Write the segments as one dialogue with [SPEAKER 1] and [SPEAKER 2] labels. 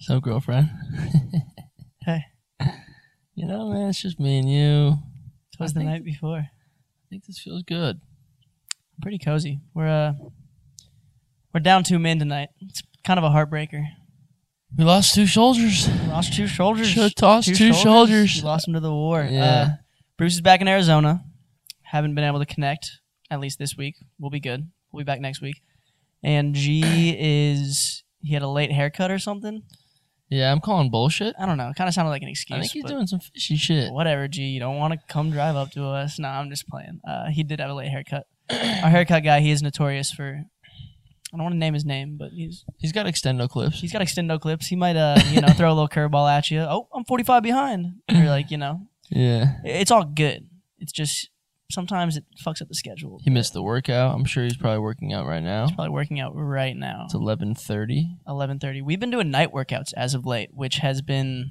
[SPEAKER 1] So, girlfriend.
[SPEAKER 2] Hey.
[SPEAKER 1] You know, man, it's just me and you.
[SPEAKER 2] It was
[SPEAKER 1] I
[SPEAKER 2] the
[SPEAKER 1] think-
[SPEAKER 2] night before.
[SPEAKER 1] I think this feels good.
[SPEAKER 2] Pretty cozy. We're uh we're down two men tonight. It's kind of a heartbreaker.
[SPEAKER 1] We lost two soldiers.
[SPEAKER 2] Lost two soldiers.
[SPEAKER 1] Should've tossed two soldiers.
[SPEAKER 2] We lost them to the war.
[SPEAKER 1] Yeah.
[SPEAKER 2] Uh, Bruce is back in Arizona. Haven't been able to connect at least this week. We'll be good. We'll be back next week. And G is he had a late haircut or something.
[SPEAKER 1] Yeah, I'm calling bullshit.
[SPEAKER 2] I don't know. It kind of sounded like an excuse.
[SPEAKER 1] I think he's
[SPEAKER 2] but-
[SPEAKER 1] doing some fishy shit.
[SPEAKER 2] Whatever, G. You don't want to come drive up to us. No, I'm just playing. Uh, he did have a late haircut. Our haircut guy, he is notorious for. I don't want to name his name, but he's
[SPEAKER 1] He's got extendo clips.
[SPEAKER 2] he's got extendo clips. He might uh you know throw a little curveball at you. Oh, I'm 45 behind. You're like you know
[SPEAKER 1] Yeah.
[SPEAKER 2] it's all good. It's just sometimes it fucks up the schedule.
[SPEAKER 1] He missed the workout. I'm sure he's probably working out right now.
[SPEAKER 2] He's probably working out right now.
[SPEAKER 1] It's 11:30.
[SPEAKER 2] 11:30. We've been doing night workouts as of late, which has been.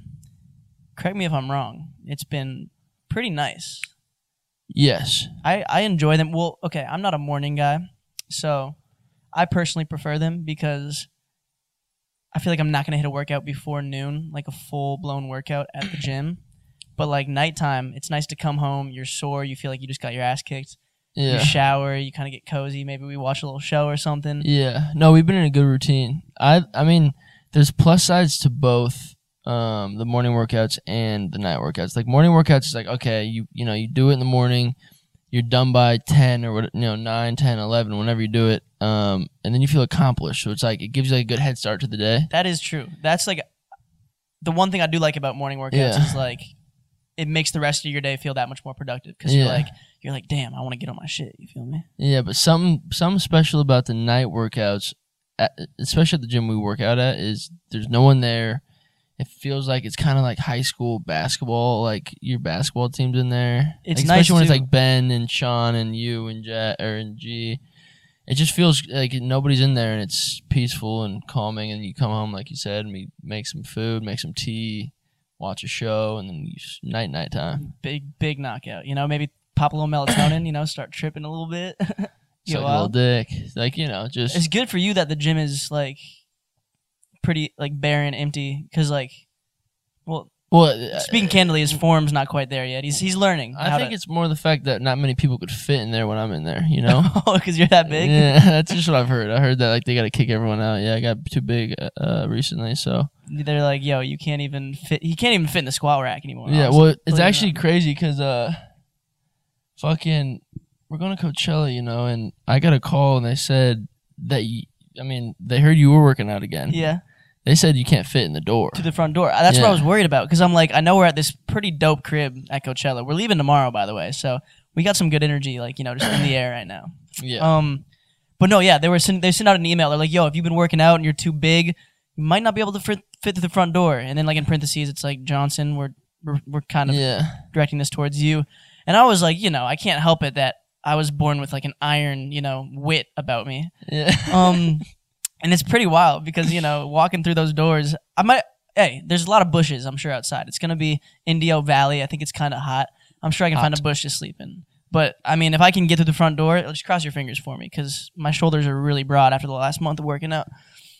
[SPEAKER 2] Correct me if I'm wrong. It's been pretty nice.
[SPEAKER 1] Yes.
[SPEAKER 2] I, I enjoy them. Well, okay, I'm not a morning guy, so I personally prefer them because I feel like I'm not gonna hit a workout before noon, like a full blown workout at the gym. But like nighttime, it's nice to come home. You're sore. You feel like you just got your ass kicked. You
[SPEAKER 1] Yeah.
[SPEAKER 2] shower. You kind of get cozy. Maybe we watch a little show or something.
[SPEAKER 1] Yeah. No, we've been in a good routine. I I mean, there's plus sides to both um, the morning workouts and the night workouts. Like morning workouts is like okay, you you know, you do it in the morning, you're done by 10 or what, you know, 9, 10, 11, whenever you do it. Um, and then you feel accomplished. So it's like it gives you like a good head start to the day.
[SPEAKER 2] That is true. That's like the one thing I do like about morning workouts
[SPEAKER 1] Yeah.
[SPEAKER 2] is like it makes the rest of your day feel that much more productive because you're
[SPEAKER 1] Yeah.
[SPEAKER 2] like you're like damn, I want to get on my shit. You feel me?
[SPEAKER 1] Yeah, but something something special about the night workouts, at, especially at the gym we work out at, is there's no one there. It feels like it's kind of like high school basketball. Like your basketball team's in there.
[SPEAKER 2] It's
[SPEAKER 1] Like,
[SPEAKER 2] nice
[SPEAKER 1] especially when it's
[SPEAKER 2] too.
[SPEAKER 1] like Ben and Sean and you and Jet or and G. It just feels like nobody's in there and it's peaceful and calming. And you come home, like you said, and we make some food, make some tea, watch a show, and then you s- night night time.
[SPEAKER 2] big big knockout. You know, maybe pop a little melatonin. You know, start tripping a little bit.
[SPEAKER 1] It's
[SPEAKER 2] Go
[SPEAKER 1] like a little
[SPEAKER 2] out.
[SPEAKER 1] dick. It's Like you know, just
[SPEAKER 2] it's good for you that the gym is like pretty like barren, empty. Because like, well,
[SPEAKER 1] well. uh,
[SPEAKER 2] speaking candidly, his form's not quite there yet. He's he's learning.
[SPEAKER 1] I think it's more the fact that not many people could fit in there when I'm in there, you know?
[SPEAKER 2] because Oh, you're that big.
[SPEAKER 1] Yeah, that's just what I've heard. I heard that like they got to kick everyone out. Yeah, I got too big uh, uh, recently, so
[SPEAKER 2] They're like, yo, you can't even fit. He can't even fit in the squat rack anymore.
[SPEAKER 1] yeah.
[SPEAKER 2] honestly.
[SPEAKER 1] Well, it's
[SPEAKER 2] Believe it or
[SPEAKER 1] actually
[SPEAKER 2] not.
[SPEAKER 1] crazy because uh, fucking, we're going to Coachella, you know, and I got a call and they said that y I I mean, they heard you were working out again.
[SPEAKER 2] yeah,
[SPEAKER 1] They said you can't fit in the door.
[SPEAKER 2] to the front door. That's what
[SPEAKER 1] Yeah.
[SPEAKER 2] I was worried about because I'm like, I know we're at this pretty dope crib at Coachella. We're leaving tomorrow, by the way, so we got some good energy, like you know, just in the air right now.
[SPEAKER 1] yeah.
[SPEAKER 2] Um, but no, yeah, they were send, they sent out an email. They're like, "Yo, if you've been working out and you're too big, you might not be able to fit, fit through the front door." And then like in parentheses, it's like Johnson, we're we're, we're kind of
[SPEAKER 1] yeah.
[SPEAKER 2] directing this towards you. And I was like, you know, I can't help it that I was born with like an iron, you know, wit about me.
[SPEAKER 1] Yeah.
[SPEAKER 2] Um, and it's pretty wild because you know, walking through those doors, I might. Hey, there's a lot of bushes. I'm sure outside. It's gonna be Indio Valley. I think it's kind of hot. I'm sure I can find a bush to sleep in. But I mean, if I can get through the front door, just cross your fingers for me because my shoulders are really broad after the last month of working out.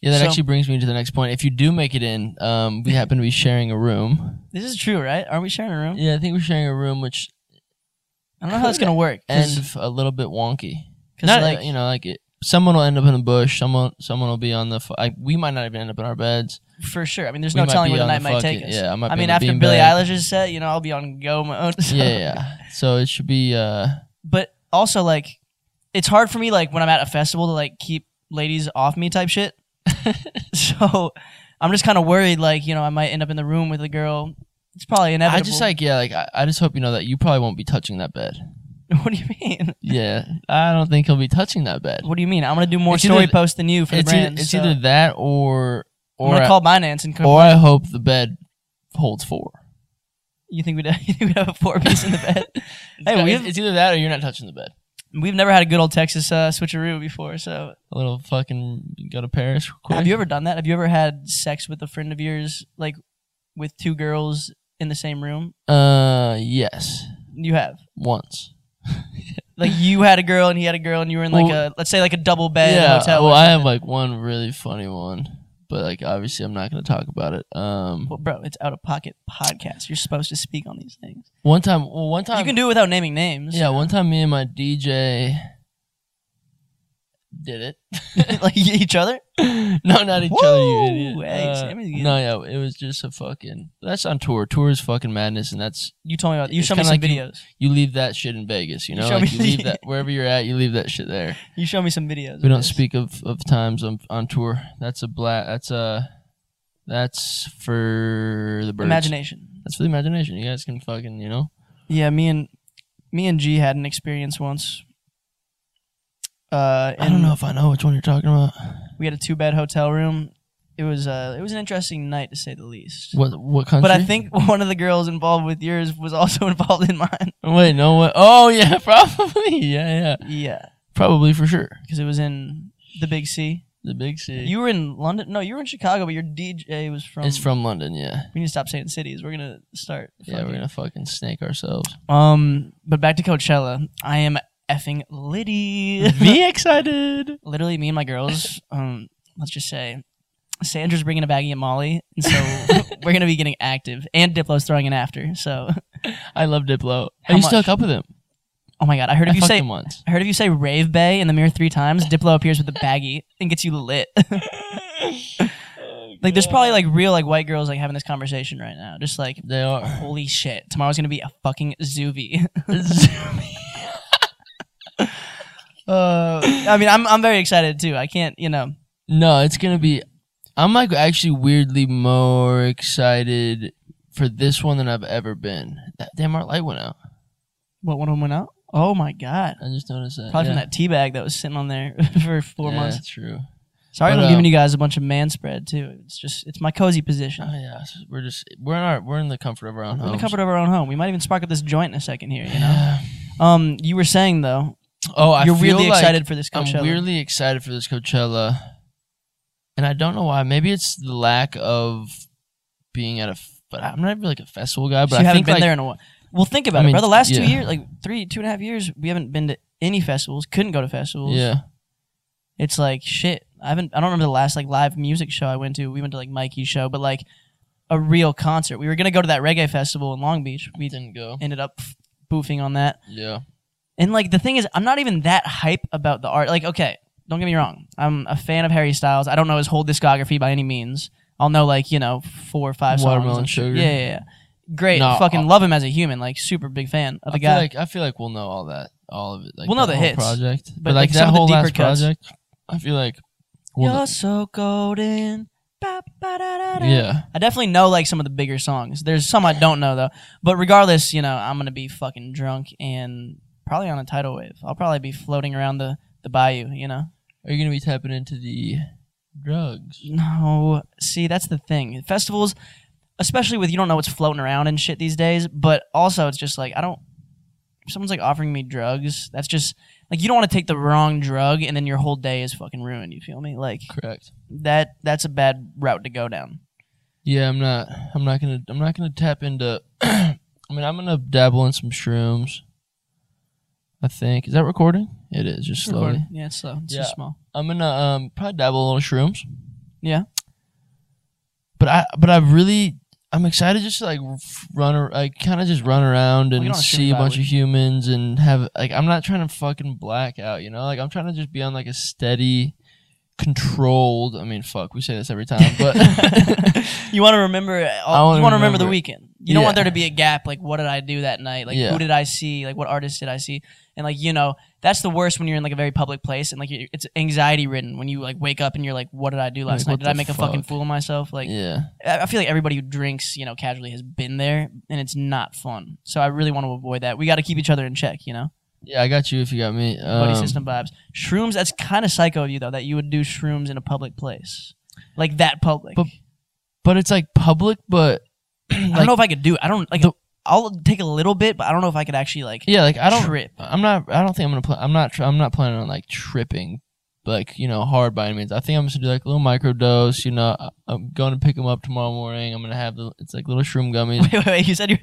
[SPEAKER 1] Yeah, that
[SPEAKER 2] so-
[SPEAKER 1] actually brings me to the next point. If you do make it in, um, we happen to be sharing a room.
[SPEAKER 2] This is true, right? Are we sharing a room?
[SPEAKER 1] Yeah, I think we're sharing a room, which
[SPEAKER 2] I don't know how it's gonna work.
[SPEAKER 1] end
[SPEAKER 2] Cause,
[SPEAKER 1] f- a little bit wonky.
[SPEAKER 2] 'cause,
[SPEAKER 1] Not
[SPEAKER 2] like,
[SPEAKER 1] like you know, like it, someone will end up in a bush. Someone, someone will be on the. F- I, we might not even end up in our beds.
[SPEAKER 2] for sure. I mean, there's
[SPEAKER 1] We
[SPEAKER 2] no
[SPEAKER 1] might
[SPEAKER 2] telling
[SPEAKER 1] be
[SPEAKER 2] where the
[SPEAKER 1] on
[SPEAKER 2] night might
[SPEAKER 1] fucking-
[SPEAKER 2] take us.
[SPEAKER 1] Yeah, I, might
[SPEAKER 2] I
[SPEAKER 1] be
[SPEAKER 2] mean,
[SPEAKER 1] on the
[SPEAKER 2] after Billie
[SPEAKER 1] beanbag.
[SPEAKER 2] Eilish's set, you know, I'll be on go mode. so-
[SPEAKER 1] Yeah, yeah, yeah. So it should be. uh
[SPEAKER 2] But also, like, it's hard for me, like, when I'm at a festival to, like, keep ladies off me type shit. so I'm just kind of worried, like, you know, I might end up in the room with a girl. It's probably inevitable.
[SPEAKER 1] I just like yeah, like I, I just hope you know that you probably won't be touching that bed.
[SPEAKER 2] what do you mean?
[SPEAKER 1] Yeah, I don't think he'll be touching that bed.
[SPEAKER 2] What do you mean? I'm going to do more
[SPEAKER 1] It's
[SPEAKER 2] story
[SPEAKER 1] either-
[SPEAKER 2] posts than you for the
[SPEAKER 1] It's
[SPEAKER 2] brand.
[SPEAKER 1] either, it's
[SPEAKER 2] so
[SPEAKER 1] either that or
[SPEAKER 2] I'm
[SPEAKER 1] or
[SPEAKER 2] going to
[SPEAKER 1] I,
[SPEAKER 2] call Binance and
[SPEAKER 1] or I hope the bed holds four.
[SPEAKER 2] you think we'd you think we'd have a four piece in the bed?
[SPEAKER 1] It's-
[SPEAKER 2] hey,
[SPEAKER 1] it's,
[SPEAKER 2] we've,
[SPEAKER 1] either that or you're not touching the bed.
[SPEAKER 2] we've never had a good old Texas uh, switcheroo before, so
[SPEAKER 1] A little fucking go to Paris. Real quick.
[SPEAKER 2] Have you ever done that? Have you ever had sex with a friend of yours, like with two girls in the same room?
[SPEAKER 1] Uh, yes,
[SPEAKER 2] You have.
[SPEAKER 1] once.
[SPEAKER 2] Like you had a girl and he had a girl and you were in like
[SPEAKER 1] Well-
[SPEAKER 2] a let's say like a double bed
[SPEAKER 1] yeah,
[SPEAKER 2] hotel.
[SPEAKER 1] Well,
[SPEAKER 2] or
[SPEAKER 1] I
[SPEAKER 2] something.
[SPEAKER 1] have like one really funny one. but like obviously I'm not gonna talk about it. Um,
[SPEAKER 2] Well, bro, it's out of pocket podcast. You're supposed to speak on these things.
[SPEAKER 1] one time, well, one time,
[SPEAKER 2] You can do it without naming names.
[SPEAKER 1] yeah, one time, me and my DJ did it.
[SPEAKER 2] like e-, each other.
[SPEAKER 1] no, not each other, you idiot.
[SPEAKER 2] Woo! Hey,
[SPEAKER 1] Uh,
[SPEAKER 2] Sammy's getting-
[SPEAKER 1] no, yeah, it was just a fucking. That's on tour. Tour is fucking madness, and that's
[SPEAKER 2] You told me about. You
[SPEAKER 1] It's
[SPEAKER 2] showed me
[SPEAKER 1] kinda
[SPEAKER 2] some
[SPEAKER 1] like you-
[SPEAKER 2] videos.
[SPEAKER 1] you leave that shit in Vegas. You
[SPEAKER 2] You
[SPEAKER 1] know,
[SPEAKER 2] show
[SPEAKER 1] like
[SPEAKER 2] me
[SPEAKER 1] you leave
[SPEAKER 2] the-
[SPEAKER 1] that wherever you're at, you leave that shit there.
[SPEAKER 2] You showed me some videos.
[SPEAKER 1] We
[SPEAKER 2] of
[SPEAKER 1] don't
[SPEAKER 2] this.
[SPEAKER 1] speak of, of times on on tour. That's a black. That's a that's for the birds.
[SPEAKER 2] Imagination.
[SPEAKER 1] That's for the imagination. You guys can fucking you know.
[SPEAKER 2] Yeah, me and me and G had an experience once. Uh,
[SPEAKER 1] I don't
[SPEAKER 2] in-
[SPEAKER 1] know if I know which one you're talking about.
[SPEAKER 2] We had a two bed hotel room. It was uh, it was an interesting night to say the least.
[SPEAKER 1] What what country?
[SPEAKER 2] But I think one of the girls involved with yours was also involved in mine.
[SPEAKER 1] Wait, no. What? Oh yeah, probably. Yeah, yeah.
[SPEAKER 2] Yeah,
[SPEAKER 1] Probably for sure.
[SPEAKER 2] because it was in the Big C.
[SPEAKER 1] The big city.
[SPEAKER 2] You were in London. No, you were in Chicago, but your DJ was from.
[SPEAKER 1] it's from London. Yeah.
[SPEAKER 2] We need to stop saying cities. We're gonna start.
[SPEAKER 1] Yeah, we're
[SPEAKER 2] fucking-
[SPEAKER 1] gonna fucking snake ourselves.
[SPEAKER 2] Um, but back to Coachella. I am effing litty.
[SPEAKER 1] Be excited.
[SPEAKER 2] Literally, me and my girls. Um, let's just say, Sandra's bringing a baggie of Molly, and so we're gonna be getting active. And Diplo's throwing it after. So,
[SPEAKER 1] I love Diplo.
[SPEAKER 2] How
[SPEAKER 1] I used to
[SPEAKER 2] much?
[SPEAKER 1] hook up with him.
[SPEAKER 2] oh my god, I heard
[SPEAKER 1] I
[SPEAKER 2] if you
[SPEAKER 1] fucked
[SPEAKER 2] say.
[SPEAKER 1] him once.
[SPEAKER 2] I heard if you say rave bay in the mirror three times, Diplo appears with a baggie and gets you lit. like there's probably like real like white girls like having this conversation right now, just like
[SPEAKER 1] They are.
[SPEAKER 2] holy shit, tomorrow's gonna be a fucking zoovie. Uh, I mean, I'm I'm very excited too. I can't, you know.
[SPEAKER 1] no, it's gonna be. I'm like actually weirdly more excited for this one than I've ever been. That damn art light went out.
[SPEAKER 2] What one of them went out? Oh my god!
[SPEAKER 1] I just noticed that.
[SPEAKER 2] Probably
[SPEAKER 1] yeah.
[SPEAKER 2] from that tea bag that was sitting on there for four
[SPEAKER 1] yeah,
[SPEAKER 2] months.
[SPEAKER 1] True.
[SPEAKER 2] Sorry,
[SPEAKER 1] But,
[SPEAKER 2] I'm
[SPEAKER 1] uh,
[SPEAKER 2] giving you guys a bunch of man spread too. It's just it's my cozy position.
[SPEAKER 1] Oh yeah, so we're just we're in our we're in the comfort of our own
[SPEAKER 2] We're in the
[SPEAKER 1] homes.
[SPEAKER 2] comfort of our own home. We might even spark up this joint in a second here. You know.
[SPEAKER 1] Yeah.
[SPEAKER 2] Um, you were saying though,
[SPEAKER 1] Oh, I
[SPEAKER 2] you're
[SPEAKER 1] feel
[SPEAKER 2] really
[SPEAKER 1] like
[SPEAKER 2] excited for this Coachella.
[SPEAKER 1] I'm weirdly excited for this Coachella, and I don't know why. Maybe it's the lack of being at a. f- But I'm not really like a festival guy. But
[SPEAKER 2] So
[SPEAKER 1] I
[SPEAKER 2] you haven't
[SPEAKER 1] think
[SPEAKER 2] been
[SPEAKER 1] like,
[SPEAKER 2] there in a while. Well, think about
[SPEAKER 1] I mean,
[SPEAKER 2] it, bro. The last
[SPEAKER 1] yeah.
[SPEAKER 2] two years, like three, two and a half years, we haven't been to any festivals. Couldn't go to festivals.
[SPEAKER 1] Yeah,
[SPEAKER 2] it's like shit. I haven't. I don't remember the last like live music show I went to. We went to like Mikey's show, but like a real concert. We were gonna go to that reggae festival in Long Beach.
[SPEAKER 1] we
[SPEAKER 2] We
[SPEAKER 1] didn't go.
[SPEAKER 2] ended up boofing on that.
[SPEAKER 1] Yeah,
[SPEAKER 2] And like the thing is, I'm not even that hype about the art. Like, okay, don't get me wrong. I'm a fan of Harry Styles. I don't know his whole discography by any means. I'll know like you know four or five songs.
[SPEAKER 1] Watermelon
[SPEAKER 2] I'm sure.
[SPEAKER 1] Sugar.
[SPEAKER 2] Yeah, yeah, yeah. Great.
[SPEAKER 1] No,
[SPEAKER 2] fucking
[SPEAKER 1] I-
[SPEAKER 2] love him as a human. Like, super big fan of
[SPEAKER 1] I
[SPEAKER 2] the guy.
[SPEAKER 1] feel like I feel like we'll know all that, all of it. Like
[SPEAKER 2] We'll know
[SPEAKER 1] that
[SPEAKER 2] the
[SPEAKER 1] whole
[SPEAKER 2] hits,
[SPEAKER 1] project, but,
[SPEAKER 2] but,
[SPEAKER 1] like,
[SPEAKER 2] like, some
[SPEAKER 1] that
[SPEAKER 2] of the
[SPEAKER 1] whole
[SPEAKER 2] deeper
[SPEAKER 1] last
[SPEAKER 2] cuts.
[SPEAKER 1] project, I feel like we'll know.
[SPEAKER 2] You're so golden. Ba, ba, da, da, da.
[SPEAKER 1] Yeah,
[SPEAKER 2] I definitely know like some of the bigger songs. There's some I don't know though. But regardless, you know, I'm gonna be fucking drunk and probably on a tidal wave. I'll probably be floating around the the bayou. You know.
[SPEAKER 1] are you gonna be tapping into the drugs?
[SPEAKER 2] No, see, that's the thing. Festivals, especially with you don't know what's floating around and shit these days. But also, it's just like I don't. If someone's like offering me drugs, that's just like you don't want to take the wrong drug and then your whole day is fucking ruined. You feel me? Like
[SPEAKER 1] Correct.
[SPEAKER 2] that. That's a bad route to go down.
[SPEAKER 1] Yeah, I'm not. I'm not gonna. I'm not gonna tap into. I mean, I'm gonna dabble in some shrooms. I think is that recording? It is just slowly.
[SPEAKER 2] Yeah, it's slow. It's
[SPEAKER 1] Yeah.
[SPEAKER 2] just small.
[SPEAKER 1] I'm gonna um probably dabble a little shrooms,
[SPEAKER 2] Yeah.
[SPEAKER 1] but I but I really I'm excited just to like f- run ar- like kind of just run around
[SPEAKER 2] Well, you
[SPEAKER 1] and
[SPEAKER 2] don't have to
[SPEAKER 1] see a
[SPEAKER 2] survive
[SPEAKER 1] bunch
[SPEAKER 2] with-
[SPEAKER 1] of humans and have like I'm not trying to fucking black out, you know? Like I'm trying to just be on like a steady controlled I mean fuck, we say this every time, but
[SPEAKER 2] you want to remember.
[SPEAKER 1] I
[SPEAKER 2] All,
[SPEAKER 1] wanna
[SPEAKER 2] you want to remember
[SPEAKER 1] remember
[SPEAKER 2] the
[SPEAKER 1] it.
[SPEAKER 2] weekend. You don't want
[SPEAKER 1] Yeah.
[SPEAKER 2] there to be a gap. Like, what did I do that night? Like,
[SPEAKER 1] Yeah.
[SPEAKER 2] who did I see? Like, what artist did I see? And like, you know, that's the worst when you're in like a very public place and like you it's anxiety ridden when you like wake up and you're like, what did I do
[SPEAKER 1] Like,
[SPEAKER 2] last
[SPEAKER 1] what
[SPEAKER 2] night? Did I
[SPEAKER 1] the
[SPEAKER 2] make a fucking
[SPEAKER 1] fuck?
[SPEAKER 2] fool of myself? Like,
[SPEAKER 1] yeah.
[SPEAKER 2] I I feel like everybody who drinks, you know, casually has been there, and it's not fun. So I really want to avoid that. We got to keep each other in check, you know,
[SPEAKER 1] Yeah, I got you if you got me. Um,
[SPEAKER 2] buddy system vibes. Shrooms. That's kind of psycho of you though that you would do shrooms in a public place, like that public.
[SPEAKER 1] But But it's like public but
[SPEAKER 2] I don't know if I could do. It. I don't like. I'll take a little bit, but I don't know if I could actually like
[SPEAKER 1] yeah, like I don't
[SPEAKER 2] trip.
[SPEAKER 1] I'm not. I don't think I'm gonna. Pl- I'm not. Tr- I'm not planning on like tripping, like you know, hard by any means. I think I'm just gonna do like a little micro dose. You know, I- I'm going to pick them up tomorrow morning. I'm gonna have the. It's like little shroom gummies.
[SPEAKER 2] Wait, wait, wait. You said you.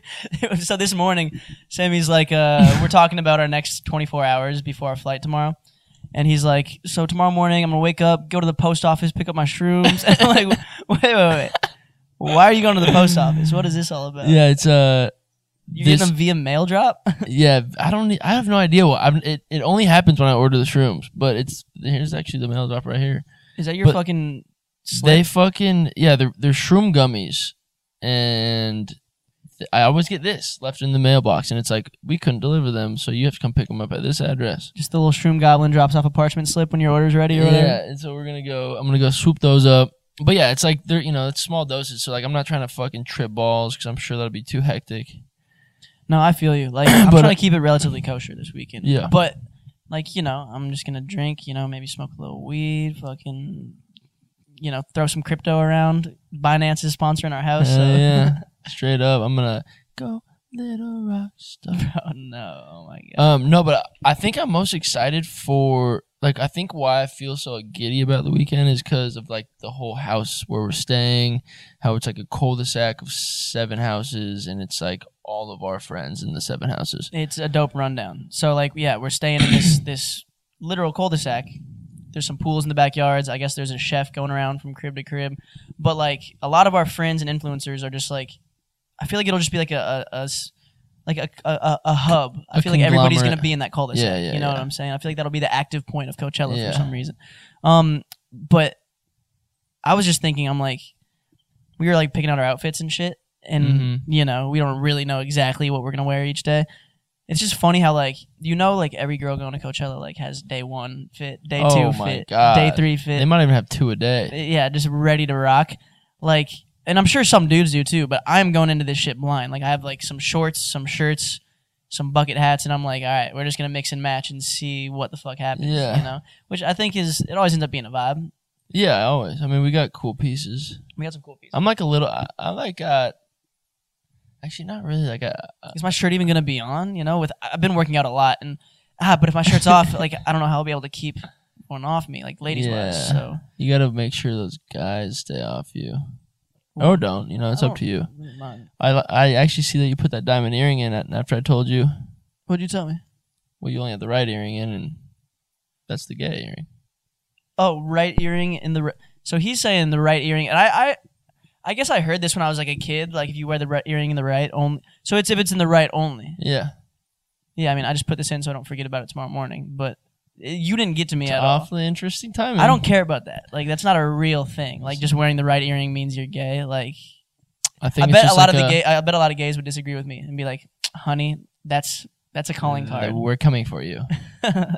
[SPEAKER 2] so this morning, Sammy's like, uh, we're talking about our next 24 hours before our flight tomorrow, And he's like, so tomorrow morning I'm gonna wake up, go to the post office, pick up my shrooms. And I'm like, wait, wait, wait. Why are you going to the post office? What is this all about?
[SPEAKER 1] yeah, it's uh,
[SPEAKER 2] you
[SPEAKER 1] this-
[SPEAKER 2] getting them via mail drop?
[SPEAKER 1] yeah. I don't. I have no idea what. I'm, it it only happens when I order the shrooms. But it's here's actually the mail drop right here.
[SPEAKER 2] is that your
[SPEAKER 1] But
[SPEAKER 2] fucking? Slip?
[SPEAKER 1] They fucking yeah, they're they're shroom gummies, and th- I always get this left in the mailbox, and it's like we couldn't deliver them, so you have to come pick them up at this address.
[SPEAKER 2] Just the little shroom goblin drops off a parchment slip when your order's ready or whatever.
[SPEAKER 1] Yeah, and so we're gonna go. I'm gonna go swoop those up. But yeah, it's like they're you know it's small doses, so like I'm not trying to fucking trip balls because I'm sure that'll be too hectic.
[SPEAKER 2] No, I feel you. Like I'm
[SPEAKER 1] But,
[SPEAKER 2] trying
[SPEAKER 1] uh,
[SPEAKER 2] to keep it relatively kosher this weekend.
[SPEAKER 1] Yeah.
[SPEAKER 2] But like, you know, I'm just gonna drink, you know, maybe smoke a little weed, fucking you know, throw some crypto around. Binance is sponsoring our house. so.
[SPEAKER 1] Hell yeah, straight up, I'm gonna go little rock star.
[SPEAKER 2] oh no. Oh my god.
[SPEAKER 1] Um, no, but I I think I'm most excited for like I think why I feel so giddy about the weekend is because of like the whole house where we're staying, how it's like a cul-de-sac of seven houses, and it's like all of our friends in the seven houses.
[SPEAKER 2] It's a dope rundown. So like yeah, we're staying in this this literal cul-de-sac. There's some pools in the backyards. I guess there's a chef going around from crib to crib. But like a lot of our friends and influencers are just like I feel like it'll just be like a, a- a s- like a, a, a, a hub. I
[SPEAKER 1] A
[SPEAKER 2] feel like everybody's
[SPEAKER 1] conglomerate.
[SPEAKER 2] gonna be in that cul-de-sac.
[SPEAKER 1] Yeah, yeah,
[SPEAKER 2] you know what
[SPEAKER 1] yeah.
[SPEAKER 2] I'm saying? I feel like that'll be the active point of Coachella
[SPEAKER 1] Yeah.
[SPEAKER 2] for some reason. Um but I was just thinking I'm like we were like picking out our outfits and shit and
[SPEAKER 1] Mhm.
[SPEAKER 2] you know we don't really know exactly what we're gonna wear each day it's just funny how like you know like every girl going to coachella like has day one fit day two
[SPEAKER 1] Oh my
[SPEAKER 2] fit
[SPEAKER 1] God.
[SPEAKER 2] day three
[SPEAKER 1] They
[SPEAKER 2] fit eh,
[SPEAKER 1] might even have two a day.
[SPEAKER 2] yeah just ready to rock like and i'm sure some dudes do too but i'm going into this shit blind like i have like some shorts some shirts some bucket hats and i'm like all right we're just gonna mix and match and see what the fuck happens
[SPEAKER 1] Yeah.
[SPEAKER 2] you know which i think is it always ends up being a vibe
[SPEAKER 1] Yeah, always. I mean, we got cool pieces.
[SPEAKER 2] we got some cool pieces
[SPEAKER 1] I'm like a little. I, I like got. Actually, not really. Like uh, a,
[SPEAKER 2] is my shirt even gonna be on? You know, with I've been working out a lot, and ah, but if my shirt's off, like I don't know how I'll be able to keep one off me, like ladies wise.
[SPEAKER 1] Yeah.
[SPEAKER 2] So
[SPEAKER 1] you got to make sure those guys stay off you, or don't. You know, it's
[SPEAKER 2] I
[SPEAKER 1] up to you.
[SPEAKER 2] don't- mine.
[SPEAKER 1] I I actually see that you put that diamond earring in a- after I told you.
[SPEAKER 2] What'd you tell me?
[SPEAKER 1] Well, you only have the right earring in, and that's the gay earring.
[SPEAKER 2] Oh, right earring in the. ri- so he's saying the right earring, and I, I, I guess I heard this when I was like a kid. Like if you wear the right earring in the right only, so it's if it's in the right only.
[SPEAKER 1] Yeah,
[SPEAKER 2] Yeah, I mean I just put this in so I don't forget about it tomorrow morning. But eh, you didn't get to me
[SPEAKER 1] it's
[SPEAKER 2] at all.
[SPEAKER 1] awfully interesting timing.
[SPEAKER 2] I don't care about that. Like that's not a real thing. Like just wearing the right earring means you're gay. Like
[SPEAKER 1] I
[SPEAKER 2] I
[SPEAKER 1] think it's
[SPEAKER 2] bet a
[SPEAKER 1] just
[SPEAKER 2] lot
[SPEAKER 1] like
[SPEAKER 2] of the gay. I bet a lot of gays would disagree with me and be like, "Honey, that's that's a
[SPEAKER 1] Mm,
[SPEAKER 2] calling card."
[SPEAKER 1] We're coming for you.
[SPEAKER 2] I,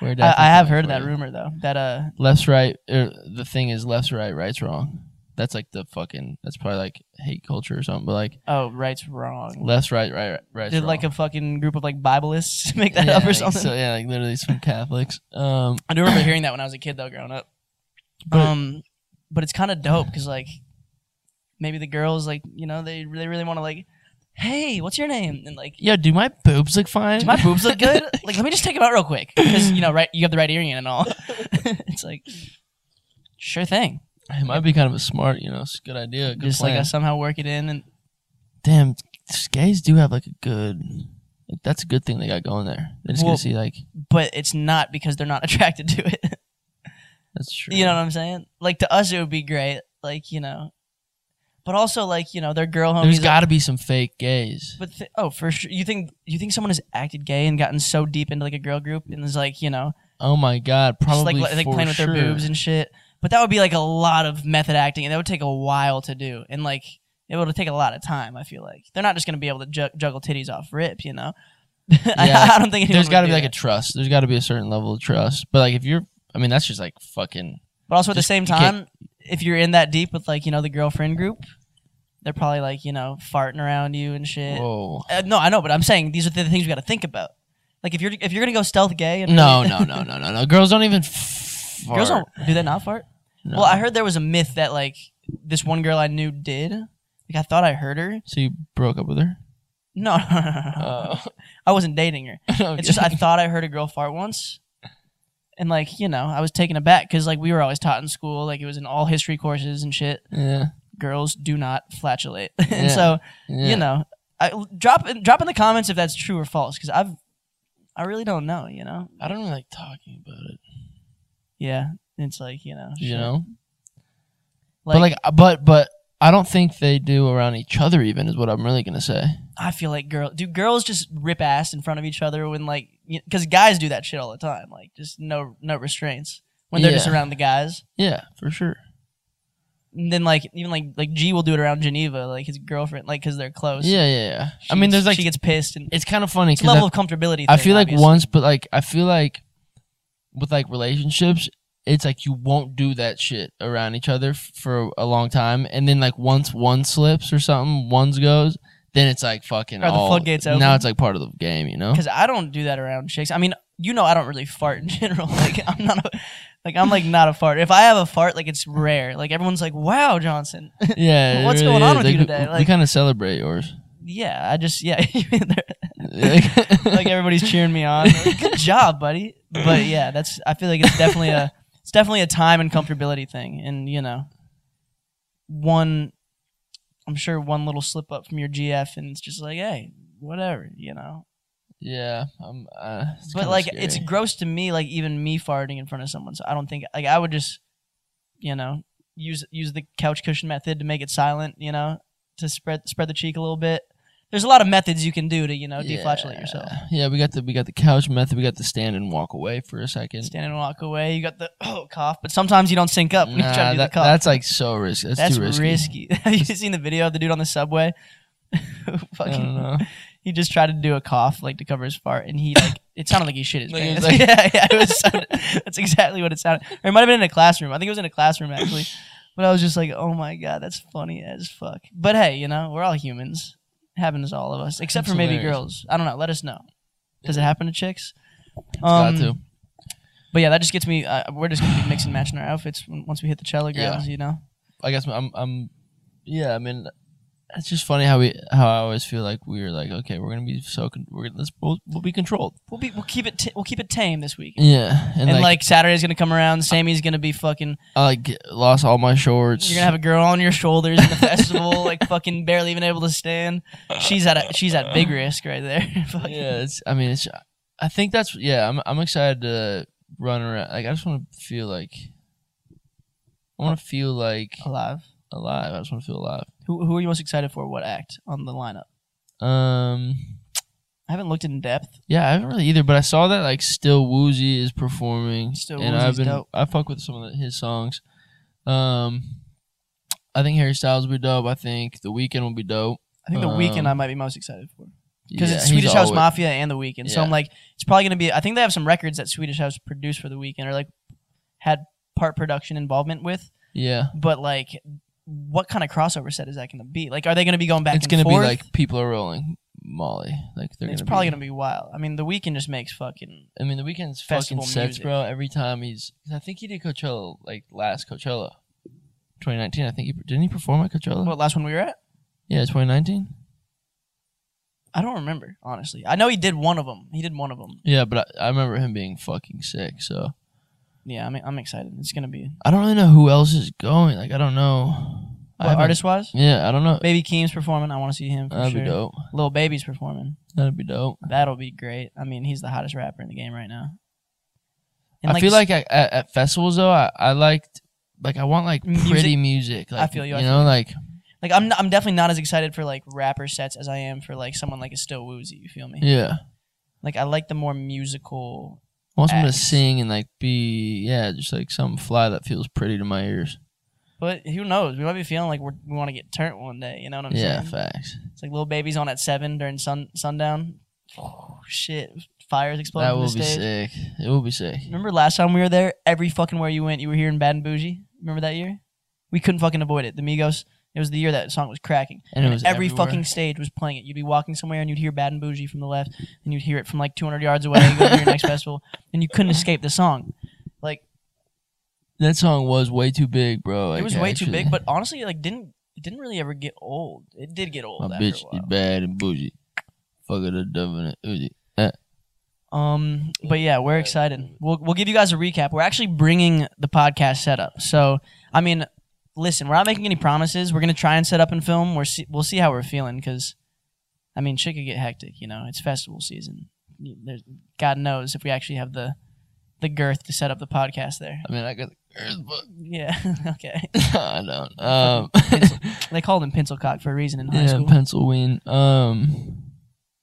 [SPEAKER 1] We're definitely
[SPEAKER 2] I have
[SPEAKER 1] coming
[SPEAKER 2] heard
[SPEAKER 1] for
[SPEAKER 2] that
[SPEAKER 1] you.
[SPEAKER 2] rumor though. That uh,
[SPEAKER 1] Left's right. Er, the thing is, left's right, right's wrong. That's like the fucking. That's probably like hate culture or something. But like
[SPEAKER 2] oh, right's wrong.
[SPEAKER 1] left's right, right, right, right's
[SPEAKER 2] Did
[SPEAKER 1] wrong.
[SPEAKER 2] like a fucking group of like Biblists make that
[SPEAKER 1] yeah,
[SPEAKER 2] up or
[SPEAKER 1] like,
[SPEAKER 2] something?
[SPEAKER 1] So, yeah, like literally some Catholics. Um,
[SPEAKER 2] I do remember hearing that when I was a kid though, growing up.
[SPEAKER 1] But-
[SPEAKER 2] um, but it's kind of dope because like maybe the girls like you know they they really want to like, hey, what's your name? And like.
[SPEAKER 1] yeah, do my boobs look fine?
[SPEAKER 2] Do my boobs look good? Like, let me just take them out real quick because you know, right? You have the right earring and all. it's like, sure thing.
[SPEAKER 1] it might be kind of a smart, you know, it's a good idea. Good
[SPEAKER 2] just like
[SPEAKER 1] plan.
[SPEAKER 2] I somehow work it in and
[SPEAKER 1] damn, these gays do have like a good. Like, that's a good thing they got going there. They just get
[SPEAKER 2] Well-
[SPEAKER 1] to see like
[SPEAKER 2] but it's not because they're not attracted to it.
[SPEAKER 1] that's true.
[SPEAKER 2] you know what I'm saying? Like to us it would be great. Like, you know. But also like, you know, their girl homies
[SPEAKER 1] there's got to be some fake gays.
[SPEAKER 2] but th- oh, for sure. You think you think someone has acted gay and gotten so deep into like a girl group and is like, you know,
[SPEAKER 1] oh my god,
[SPEAKER 2] just
[SPEAKER 1] probably
[SPEAKER 2] like like
[SPEAKER 1] for
[SPEAKER 2] playing with
[SPEAKER 1] sure.
[SPEAKER 2] their boobs and shit. But that would be like a lot of method acting and that would take a while to do. And like it would take a lot of time, I feel like. They're not just going to be able to ju- juggle titties off rip, you know. I,
[SPEAKER 1] Yeah,
[SPEAKER 2] I don't think anyone
[SPEAKER 1] There's
[SPEAKER 2] would
[SPEAKER 1] got to
[SPEAKER 2] do
[SPEAKER 1] be like
[SPEAKER 2] that.
[SPEAKER 1] a trust. There's got to be a certain level of trust. But like if you're, I mean, that's just like fucking.
[SPEAKER 2] But also at the
[SPEAKER 1] Just-
[SPEAKER 2] same
[SPEAKER 1] you can't-
[SPEAKER 2] time, if you're in that deep with like you know the girlfriend group, they're probably like you know farting around you and shit.
[SPEAKER 1] Whoa.
[SPEAKER 2] Uh, no, I know, but I'm saying these are the things we got to think about. Like if you're if you're gonna go stealth gay, and
[SPEAKER 1] No, no, no, no, no, no. Girls don't even. Fart.
[SPEAKER 2] girls don't do they not fart?
[SPEAKER 1] No.
[SPEAKER 2] Well, I heard there was a myth that like this one girl I knew did. Like I thought I heard her.
[SPEAKER 1] So you broke up with her?
[SPEAKER 2] No, no, no, no, no.
[SPEAKER 1] Oh.
[SPEAKER 2] I wasn't dating her. It's just I thought I heard a girl fart once. And like you know, I was taken aback because like we were always taught in school, like it was in all history courses and shit.
[SPEAKER 1] yeah,
[SPEAKER 2] girls do not flatulate.
[SPEAKER 1] Yeah,
[SPEAKER 2] and so,
[SPEAKER 1] yeah.
[SPEAKER 2] you know, I, drop drop in the comments if that's true or false because I've I really don't know, you know?
[SPEAKER 1] I don't really like talking about it.
[SPEAKER 2] Yeah. It's like, you know.
[SPEAKER 1] You
[SPEAKER 2] shit.
[SPEAKER 1] know, but like, uh, but but I don't think they do around each other. Even is what I'm really gonna say.
[SPEAKER 2] I feel like girl, do girls just rip ass in front of each other when like, because guys do that shit all the time, like just no no restraints when they're just
[SPEAKER 1] Yeah.
[SPEAKER 2] around the guys.
[SPEAKER 1] Yeah, for sure.
[SPEAKER 2] And then like even like like G will do it around Geneva, like his girlfriend, like because they're close.
[SPEAKER 1] Yeah, yeah, yeah.
[SPEAKER 2] She
[SPEAKER 1] I mean,
[SPEAKER 2] gets-
[SPEAKER 1] there's like
[SPEAKER 2] she gets pissed and
[SPEAKER 1] it's kind of funny
[SPEAKER 2] it's a
[SPEAKER 1] because
[SPEAKER 2] level of comfortability.
[SPEAKER 1] I
[SPEAKER 2] thing,
[SPEAKER 1] feel like
[SPEAKER 2] obviously.
[SPEAKER 1] once, but like I feel like with like relationships, it's like you won't do that shit around each other f- for a long time, and then like once one slips or something, one's goes, then it's like fucking.
[SPEAKER 2] Are the
[SPEAKER 1] all-
[SPEAKER 2] floodgates open?
[SPEAKER 1] Now it's like part of the game, you know.
[SPEAKER 2] because I don't do that around chicks. I mean, you know, I don't really fart in general. Like I'm not, a, like I'm like not a fart. If I have a fart, like it's rare. Like everyone's like, "Wow, Johnson."
[SPEAKER 1] Yeah. it
[SPEAKER 2] What's going on with
[SPEAKER 1] They
[SPEAKER 2] you
[SPEAKER 1] go-
[SPEAKER 2] today?
[SPEAKER 1] we
[SPEAKER 2] Like-
[SPEAKER 1] kind of celebrate yours.
[SPEAKER 2] yeah, I just yeah,
[SPEAKER 1] like,
[SPEAKER 2] like everybody's cheering me on. Like, Good job, buddy. But yeah, that's. I feel like it's definitely a, it's definitely a time and comfortability thing, and you know, one, I'm sure one little slip up from your GF, and it's just like, hey, whatever, you know.
[SPEAKER 1] yeah. I'm, uh, it's
[SPEAKER 2] but
[SPEAKER 1] kinda
[SPEAKER 2] like
[SPEAKER 1] scary.
[SPEAKER 2] it's gross to me like even me farting in front of someone so i don't think like i would just you know use use the couch cushion method to make it silent you know to spread spread the cheek a little bit there's a lot of methods you can do to you know deflatulate yourself
[SPEAKER 1] Yeah, we got the we got the couch method. We got the stand and walk away for a second.
[SPEAKER 2] stand and walk away you got the oh cough but sometimes you don't sync up when you try to
[SPEAKER 1] Nah,
[SPEAKER 2] do
[SPEAKER 1] that-
[SPEAKER 2] the cough
[SPEAKER 1] that's like so risky. That's,
[SPEAKER 2] that's
[SPEAKER 1] too risky.
[SPEAKER 2] risky, have you seen the video of the dude on the subway Who
[SPEAKER 1] I don't
[SPEAKER 2] fucking,
[SPEAKER 1] know.
[SPEAKER 2] he just tried to do a cough like to cover his fart and he like it sounded like he shit his
[SPEAKER 1] Like, it was
[SPEAKER 2] pants
[SPEAKER 1] like-
[SPEAKER 2] yeah yeah it was so, that's exactly what it sounded or it might have been in a classroom i think it was in a classroom actually but i was just like oh my god that's funny as fuck but hey you know we're all humans happens to all of us except
[SPEAKER 1] That's
[SPEAKER 2] for maybe
[SPEAKER 1] hilarious.
[SPEAKER 2] girls i don't know let us know does it happen to chicks
[SPEAKER 1] Got
[SPEAKER 2] um,
[SPEAKER 1] to.
[SPEAKER 2] but yeah that just gets me uh, we're just gonna be mixing matching our outfits when- once we hit the cello grounds you know
[SPEAKER 1] I guess I'm, I'm, yeah. I mean, it's just funny how we, how I always feel like we're like, okay, we're gonna be so, con- we're gonna, let's, we'll, we'll be controlled.
[SPEAKER 2] we'll be we'll keep it t- we'll keep it tame this week
[SPEAKER 1] Yeah,
[SPEAKER 2] and, like, Saturday's gonna come around. Sammy's gonna be fucking
[SPEAKER 1] I like get- lost all my shorts.
[SPEAKER 2] You're gonna have a girl on your shoulders in the festival, like fucking barely even able to stand. She's at a, she's at big risk right there. Fucking-
[SPEAKER 1] yeah, it's. I mean, it's. I think that's. Yeah, I'm. I'm excited to run around. Like, I just want to feel like. I want to feel like
[SPEAKER 2] Alive.
[SPEAKER 1] alive. I just want to feel alive.
[SPEAKER 2] Who, who are you most excited for? What act on the lineup?
[SPEAKER 1] Um.
[SPEAKER 2] I haven't looked in depth.
[SPEAKER 1] Yeah, I haven't really either, but I saw that like Still Woozy is performing,
[SPEAKER 2] Still
[SPEAKER 1] and
[SPEAKER 2] Woozy's
[SPEAKER 1] I've been
[SPEAKER 2] dope.
[SPEAKER 1] I fuck with some of his songs. Um, I think Harry Styles will be dope. I think The Weeknd will be dope
[SPEAKER 2] I think the
[SPEAKER 1] Um,
[SPEAKER 2] weekend I might be most excited for because
[SPEAKER 1] Yeah,
[SPEAKER 2] it's
[SPEAKER 1] he's
[SPEAKER 2] Swedish House
[SPEAKER 1] always-
[SPEAKER 2] Mafia and the weekend. So
[SPEAKER 1] Yeah.
[SPEAKER 2] I'm like, it's probably gonna be. I think they have some records that Swedish House produced for the weekend or like had part production involvement with.
[SPEAKER 1] Yeah,
[SPEAKER 2] But like, what kind of crossover set is that gonna be? Like, are they gonna be going back?
[SPEAKER 1] it's
[SPEAKER 2] and
[SPEAKER 1] gonna
[SPEAKER 2] forth?
[SPEAKER 1] be like people are rolling Molly. Like they're
[SPEAKER 2] It's
[SPEAKER 1] gonna
[SPEAKER 2] probably
[SPEAKER 1] be,
[SPEAKER 2] gonna be wild. I mean, the weekend just makes fucking
[SPEAKER 1] I mean, The Weeknd's
[SPEAKER 2] festival
[SPEAKER 1] fucking sets,
[SPEAKER 2] music.
[SPEAKER 1] bro. Every time he's, 'cause I think he did Coachella like last Coachella, 2019. I think he didn't he perform at Coachella.
[SPEAKER 2] what last one we were at.
[SPEAKER 1] yeah, 2019.
[SPEAKER 2] I don't remember honestly. I know he did one of them. He did one of them.
[SPEAKER 1] Yeah, but I, I remember him being fucking sick. So
[SPEAKER 2] Yeah, I'm I'm excited. It's gonna be uh,
[SPEAKER 1] I don't really know who else is going. Like I don't know. I
[SPEAKER 2] what,
[SPEAKER 1] haven't-
[SPEAKER 2] artist wise.
[SPEAKER 1] Yeah, I don't know.
[SPEAKER 2] Baby Keem's performing. I want to see him. For
[SPEAKER 1] That'd
[SPEAKER 2] sure.
[SPEAKER 1] be dope.
[SPEAKER 2] Little Baby's performing.
[SPEAKER 1] That'd be dope.
[SPEAKER 2] That'll be great. I mean, he's the hottest rapper in the game right now.
[SPEAKER 1] I feel like I, at, at festivals though, I, I liked like I want like
[SPEAKER 2] Music-
[SPEAKER 1] pretty music. Like,
[SPEAKER 2] feel you,
[SPEAKER 1] You
[SPEAKER 2] I
[SPEAKER 1] know, like
[SPEAKER 2] like I'm not, I'm definitely not as excited for like rapper sets as I am for like someone like a Still Woozy. You feel me?
[SPEAKER 1] yeah,
[SPEAKER 2] Like I like the more musical.
[SPEAKER 1] I want someone to
[SPEAKER 2] Acts.
[SPEAKER 1] sing and like be yeah, just like something fly that feels pretty to my ears.
[SPEAKER 2] But who knows? We might be feeling like we're, we want to get turned one day. You know what I'm
[SPEAKER 1] yeah,
[SPEAKER 2] saying?
[SPEAKER 1] facts.
[SPEAKER 2] It's like little baby's on at seven during sun sundown. Oh, shit, fires exploding.
[SPEAKER 1] That
[SPEAKER 2] from
[SPEAKER 1] will
[SPEAKER 2] the
[SPEAKER 1] be
[SPEAKER 2] stage.
[SPEAKER 1] sick. It will be sick.
[SPEAKER 2] Remember last time we were there? Every fucking where you went, you were here in Bad and Bougie. Remember that year? We couldn't fucking avoid it. The Migos. It was the year that song was cracking,
[SPEAKER 1] And it was
[SPEAKER 2] every
[SPEAKER 1] everywhere.
[SPEAKER 2] fucking stage was playing it. You'd be walking somewhere and you'd hear Bad and Bougie from the left, and you'd hear it from like 200 yards away. You go to your next festival, and you couldn't escape the song. Like
[SPEAKER 1] That song was way too big, bro.
[SPEAKER 2] it
[SPEAKER 1] like,
[SPEAKER 2] was way too
[SPEAKER 1] actually.
[SPEAKER 2] big, but honestly, like didn't it didn't really ever get old. It did get old.
[SPEAKER 1] my
[SPEAKER 2] after a
[SPEAKER 1] bitch is
[SPEAKER 2] while.
[SPEAKER 1] bad and bougie. Fuck it, a devil and Uzi.
[SPEAKER 2] Um, but yeah, we're excited. We'll we'll give you guys a recap. We're actually bringing the podcast setup. So I mean, listen, we're not making any promises. We're gonna try and set up and film. We're see, we'll see how we're feeling because, I mean, shit could get hectic. You know, it's festival season. there's, God knows if we actually have the the girth to set up the podcast there.
[SPEAKER 1] I mean, I got the girth, but
[SPEAKER 2] Yeah. okay.
[SPEAKER 1] I don't. Um,
[SPEAKER 2] They called him pencil cock for a reason in high
[SPEAKER 1] yeah,
[SPEAKER 2] school.
[SPEAKER 1] pencil win. Um,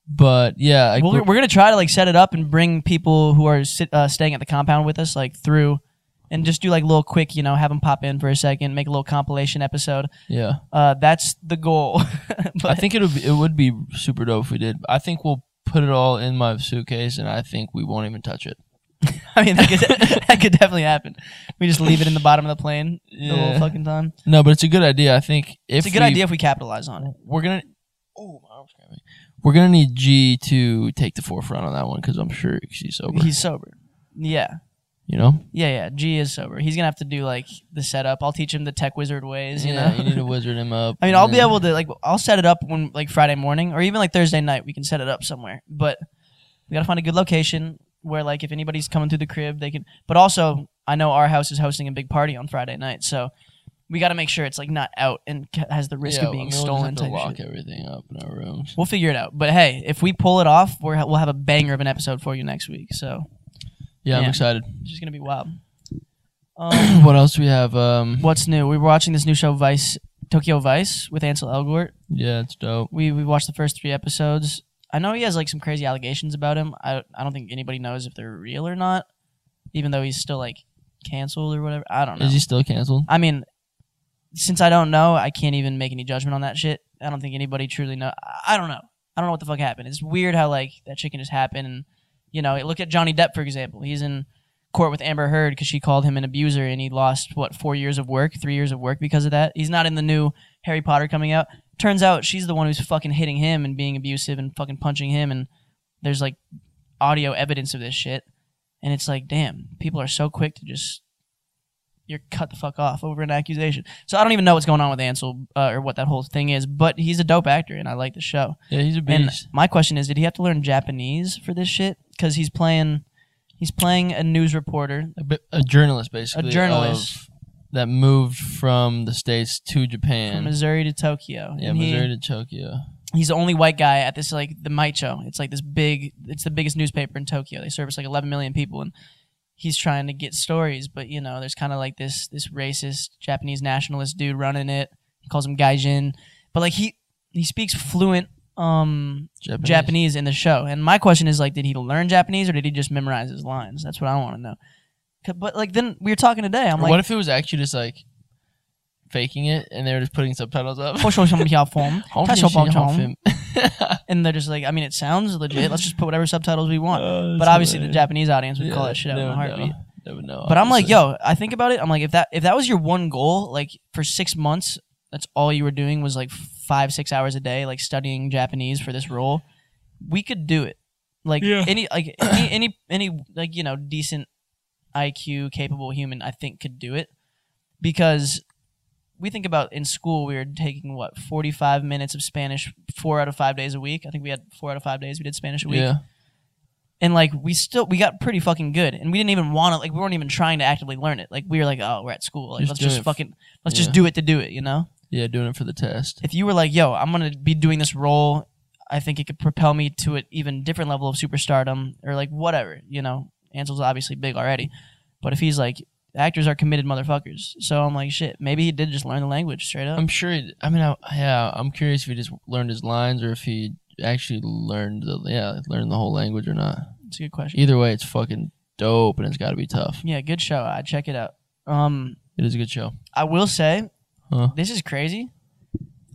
[SPEAKER 1] but yeah, I,
[SPEAKER 2] we're, we're gonna try to like set it up and bring people who are sit, uh, staying at the compound with us like through, and just do like little quick, you know, have them pop in for a second, make a little compilation episode.
[SPEAKER 1] yeah.
[SPEAKER 2] Uh, that's the goal. but
[SPEAKER 1] I think it would be, it would be super dope if we did. I think we'll put it all in my suitcase, and I think we won't even touch it.
[SPEAKER 2] I mean that could, that could definitely happen. We just leave it in the bottom of the plane the
[SPEAKER 1] Yeah.
[SPEAKER 2] whole fucking time.
[SPEAKER 1] No, but it's a good idea. I think if
[SPEAKER 2] It's a good
[SPEAKER 1] we-
[SPEAKER 2] idea if we capitalize on it.
[SPEAKER 1] we're gonna. Oh, my arm's cramping. We're gonna need G to take the forefront on that one because I'm sure she's sober.
[SPEAKER 2] He's sober. Yeah.
[SPEAKER 1] you know,
[SPEAKER 2] Yeah, yeah. G is sober. He's gonna have to do like the setup. I'll teach him the tech wizard ways. You
[SPEAKER 1] yeah,
[SPEAKER 2] know.
[SPEAKER 1] you need to wizard him up.
[SPEAKER 2] I mean,
[SPEAKER 1] and
[SPEAKER 2] I'll be
[SPEAKER 1] then-
[SPEAKER 2] able to like I'll set it up when like Friday morning or even like Thursday night. We can set it up somewhere, but we gotta find a good location where like if anybody's coming through the crib, they can. But also, I know our house is hosting a big party on Friday night, so we gotta make sure it's like not out and ca- has the risk
[SPEAKER 1] Yeah,
[SPEAKER 2] of
[SPEAKER 1] I
[SPEAKER 2] being
[SPEAKER 1] mean, we'll just have
[SPEAKER 2] stolen.
[SPEAKER 1] to
[SPEAKER 2] type
[SPEAKER 1] lock
[SPEAKER 2] shit.
[SPEAKER 1] everything up in our rooms.
[SPEAKER 2] We'll figure it out. But hey, if we pull it off, we're, we'll have a banger of an episode for you next week. So
[SPEAKER 1] Yeah, I'm
[SPEAKER 2] Yeah.
[SPEAKER 1] excited.
[SPEAKER 2] it's just gonna be wild. Um,
[SPEAKER 1] what else do we have? Um,
[SPEAKER 2] what's new? We were watching this new show, Vice Tokyo Vice, with Ansel Elgort.
[SPEAKER 1] yeah, it's dope.
[SPEAKER 2] We we watched the first three episodes. I know he has like some crazy allegations about him. I I don't think anybody knows if they're real or not, even though he's still like canceled or whatever. I don't know.
[SPEAKER 1] Is he still canceled?
[SPEAKER 2] I mean, since I don't know, I can't even make any judgment on that shit. I don't think anybody truly know. I- I don't know. I don't know what the fuck happened. It's weird how like that shit can just happen. And you know, look at Johnny Depp for example. He's in court with Amber Heard because she called him an abuser, and he lost what four years of work, three years of work because of that. He's not in the new Harry Potter coming out. Turns out she's the one who's fucking hitting him and being abusive and fucking punching him. And there's like audio evidence of this shit. And it's like, damn, people are so quick to just you're cut the fuck off over an accusation. So I don't even know what's going on with Ansel uh, or what that whole thing is, but he's a dope actor and I like the show.
[SPEAKER 1] Yeah, he's a
[SPEAKER 2] And
[SPEAKER 1] beast.
[SPEAKER 2] my question is, did he have to learn Japanese for this shit? Because he's playing, he's playing a news reporter.
[SPEAKER 1] a, bi- a journalist basically
[SPEAKER 2] journalist.
[SPEAKER 1] of- that moved from the states to
[SPEAKER 2] From
[SPEAKER 1] Japan.
[SPEAKER 2] Missouri to Tokyo.
[SPEAKER 1] yeah,
[SPEAKER 2] And he-
[SPEAKER 1] Missouri to Tokyo.
[SPEAKER 2] he's the only white guy at this like the Maicho. It's like this big. It's the biggest newspaper in Tokyo. They service like 11 million people, and he's trying to get stories. But you know, there's kind of like this this racist Japanese nationalist dude running it. He calls him Gaijin, but like he he speaks fluent um
[SPEAKER 1] Japanese.
[SPEAKER 2] Japanese in the show. And my question is like, did he learn Japanese or did he just memorize his lines? That's what I want to know. 'Cause- But like then we were talking today. I'm
[SPEAKER 1] Or
[SPEAKER 2] like,
[SPEAKER 1] what if it was actually just like faking it and they were just putting subtitles up?
[SPEAKER 2] and
[SPEAKER 1] but
[SPEAKER 2] they're just like, I mean, it sounds legit. Let's just put whatever subtitles we want.
[SPEAKER 1] Oh,
[SPEAKER 2] but obviously the Japanese audience would call that shit out in a heartbeat.
[SPEAKER 1] They would know.
[SPEAKER 2] But I'm like,
[SPEAKER 1] obviously.
[SPEAKER 2] yo, I think about it. I'm like, if that if that was your one goal, like for six months, that's all you were doing was like five six hours a day, like studying Japanese for this role. We could do it. Like
[SPEAKER 1] Yeah.
[SPEAKER 2] any like any, any any like you know decent IQ capable human, I think could do it because we think about in school we were taking what 45 minutes of Spanish four out of five days a week. I think we had four out of five days we did Spanish a week
[SPEAKER 1] yeah,
[SPEAKER 2] and like we still we got pretty fucking good and we didn't even want to like we weren't even trying to actively learn it like we were like oh we're at school like
[SPEAKER 1] Just
[SPEAKER 2] let's
[SPEAKER 1] doing
[SPEAKER 2] just
[SPEAKER 1] it.
[SPEAKER 2] fucking let's
[SPEAKER 1] Yeah.
[SPEAKER 2] just do it to do it you know
[SPEAKER 1] yeah, doing it for the test.
[SPEAKER 2] if you were like yo i'm gonna be doing this role i think it could propel me to an even different level of superstardom or like whatever you know ansel's obviously big already but if he's like actors are committed motherfuckers so i'm like shit maybe he did just learn the language straight up
[SPEAKER 1] I'm sure. He, I mean, I, yeah, I'm curious if he just learned his lines or if he actually learned the yeah learned the whole language or not.
[SPEAKER 2] it's a good question
[SPEAKER 1] Either way, it's fucking dope and it's got to be tough.
[SPEAKER 2] yeah good show i check it out um
[SPEAKER 1] It is a good show.
[SPEAKER 2] i will say
[SPEAKER 1] Huh?
[SPEAKER 2] this is crazy.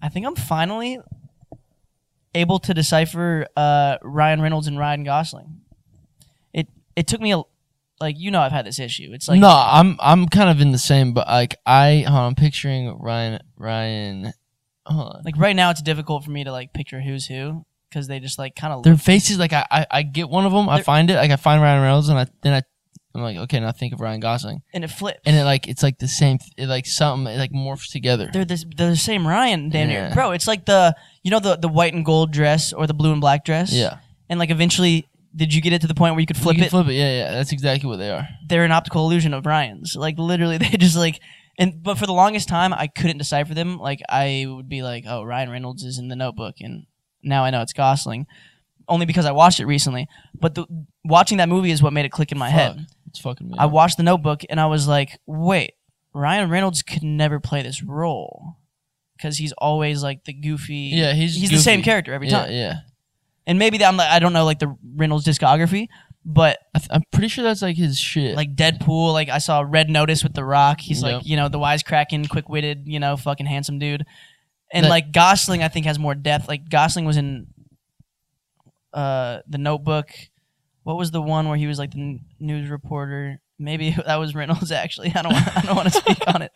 [SPEAKER 2] I think I'm finally able to decipher uh, Ryan Reynolds and Ryan Gosling. It it took me a like you know I've had this issue. It's like
[SPEAKER 1] no, I'm I'm kind of in the same, but like I, hold on, I'm picturing Ryan Ryan. Hold on.
[SPEAKER 2] like right now it's difficult for me to like picture who's who because they just like kind of
[SPEAKER 1] Their faces, like I, I, I get one of them, I
[SPEAKER 2] They're-
[SPEAKER 1] find it, like I find Ryan Reynolds, and I then I, I'm like, okay, now think of Ryan Gosling,
[SPEAKER 2] and it flips.
[SPEAKER 1] and it like it's like the same, th- it like something, it like morphs together.
[SPEAKER 2] they're this, they're the same Ryan damn
[SPEAKER 1] Yeah.
[SPEAKER 2] near bro. It's like the you know the the white and gold dress or the blue and black dress.
[SPEAKER 1] Yeah,
[SPEAKER 2] and like eventually. Did you get it to the point where you could flip
[SPEAKER 1] You can
[SPEAKER 2] it?
[SPEAKER 1] flip it. Yeah, yeah, that's exactly what they are.
[SPEAKER 2] they're an optical illusion of Ryan's. Like literally, they just like and but for the longest time, I couldn't decipher them. Like I would be like, oh, Ryan Reynolds is in the Notebook, and now I know it's Gosling. only because I watched it recently. But the, watching that movie is what made it click in my
[SPEAKER 1] Fuck.
[SPEAKER 2] head.
[SPEAKER 1] It's fucking me.
[SPEAKER 2] I watched The Notebook and I was like, wait, Ryan Reynolds could never play this role because he's always like the goofy.
[SPEAKER 1] yeah, he's
[SPEAKER 2] he's the same
[SPEAKER 1] goofy.
[SPEAKER 2] character every
[SPEAKER 1] Yeah,
[SPEAKER 2] time.
[SPEAKER 1] Yeah,
[SPEAKER 2] And maybe that I'm like I don't know like the Reynolds discography, but
[SPEAKER 1] I th- I'm pretty sure that's like his shit.
[SPEAKER 2] like Deadpool, like I saw Red Notice with The Rock. He's
[SPEAKER 1] Yep.
[SPEAKER 2] like you know the wisecracking, quick-witted, you know fucking handsome dude. And
[SPEAKER 1] That-
[SPEAKER 2] like Gosling, I think has more depth. Like Gosling was in uh the Notebook. What was the one where he was like the n- news reporter? Maybe that was Reynolds actually. I don't wanna, I don't want to speak on it.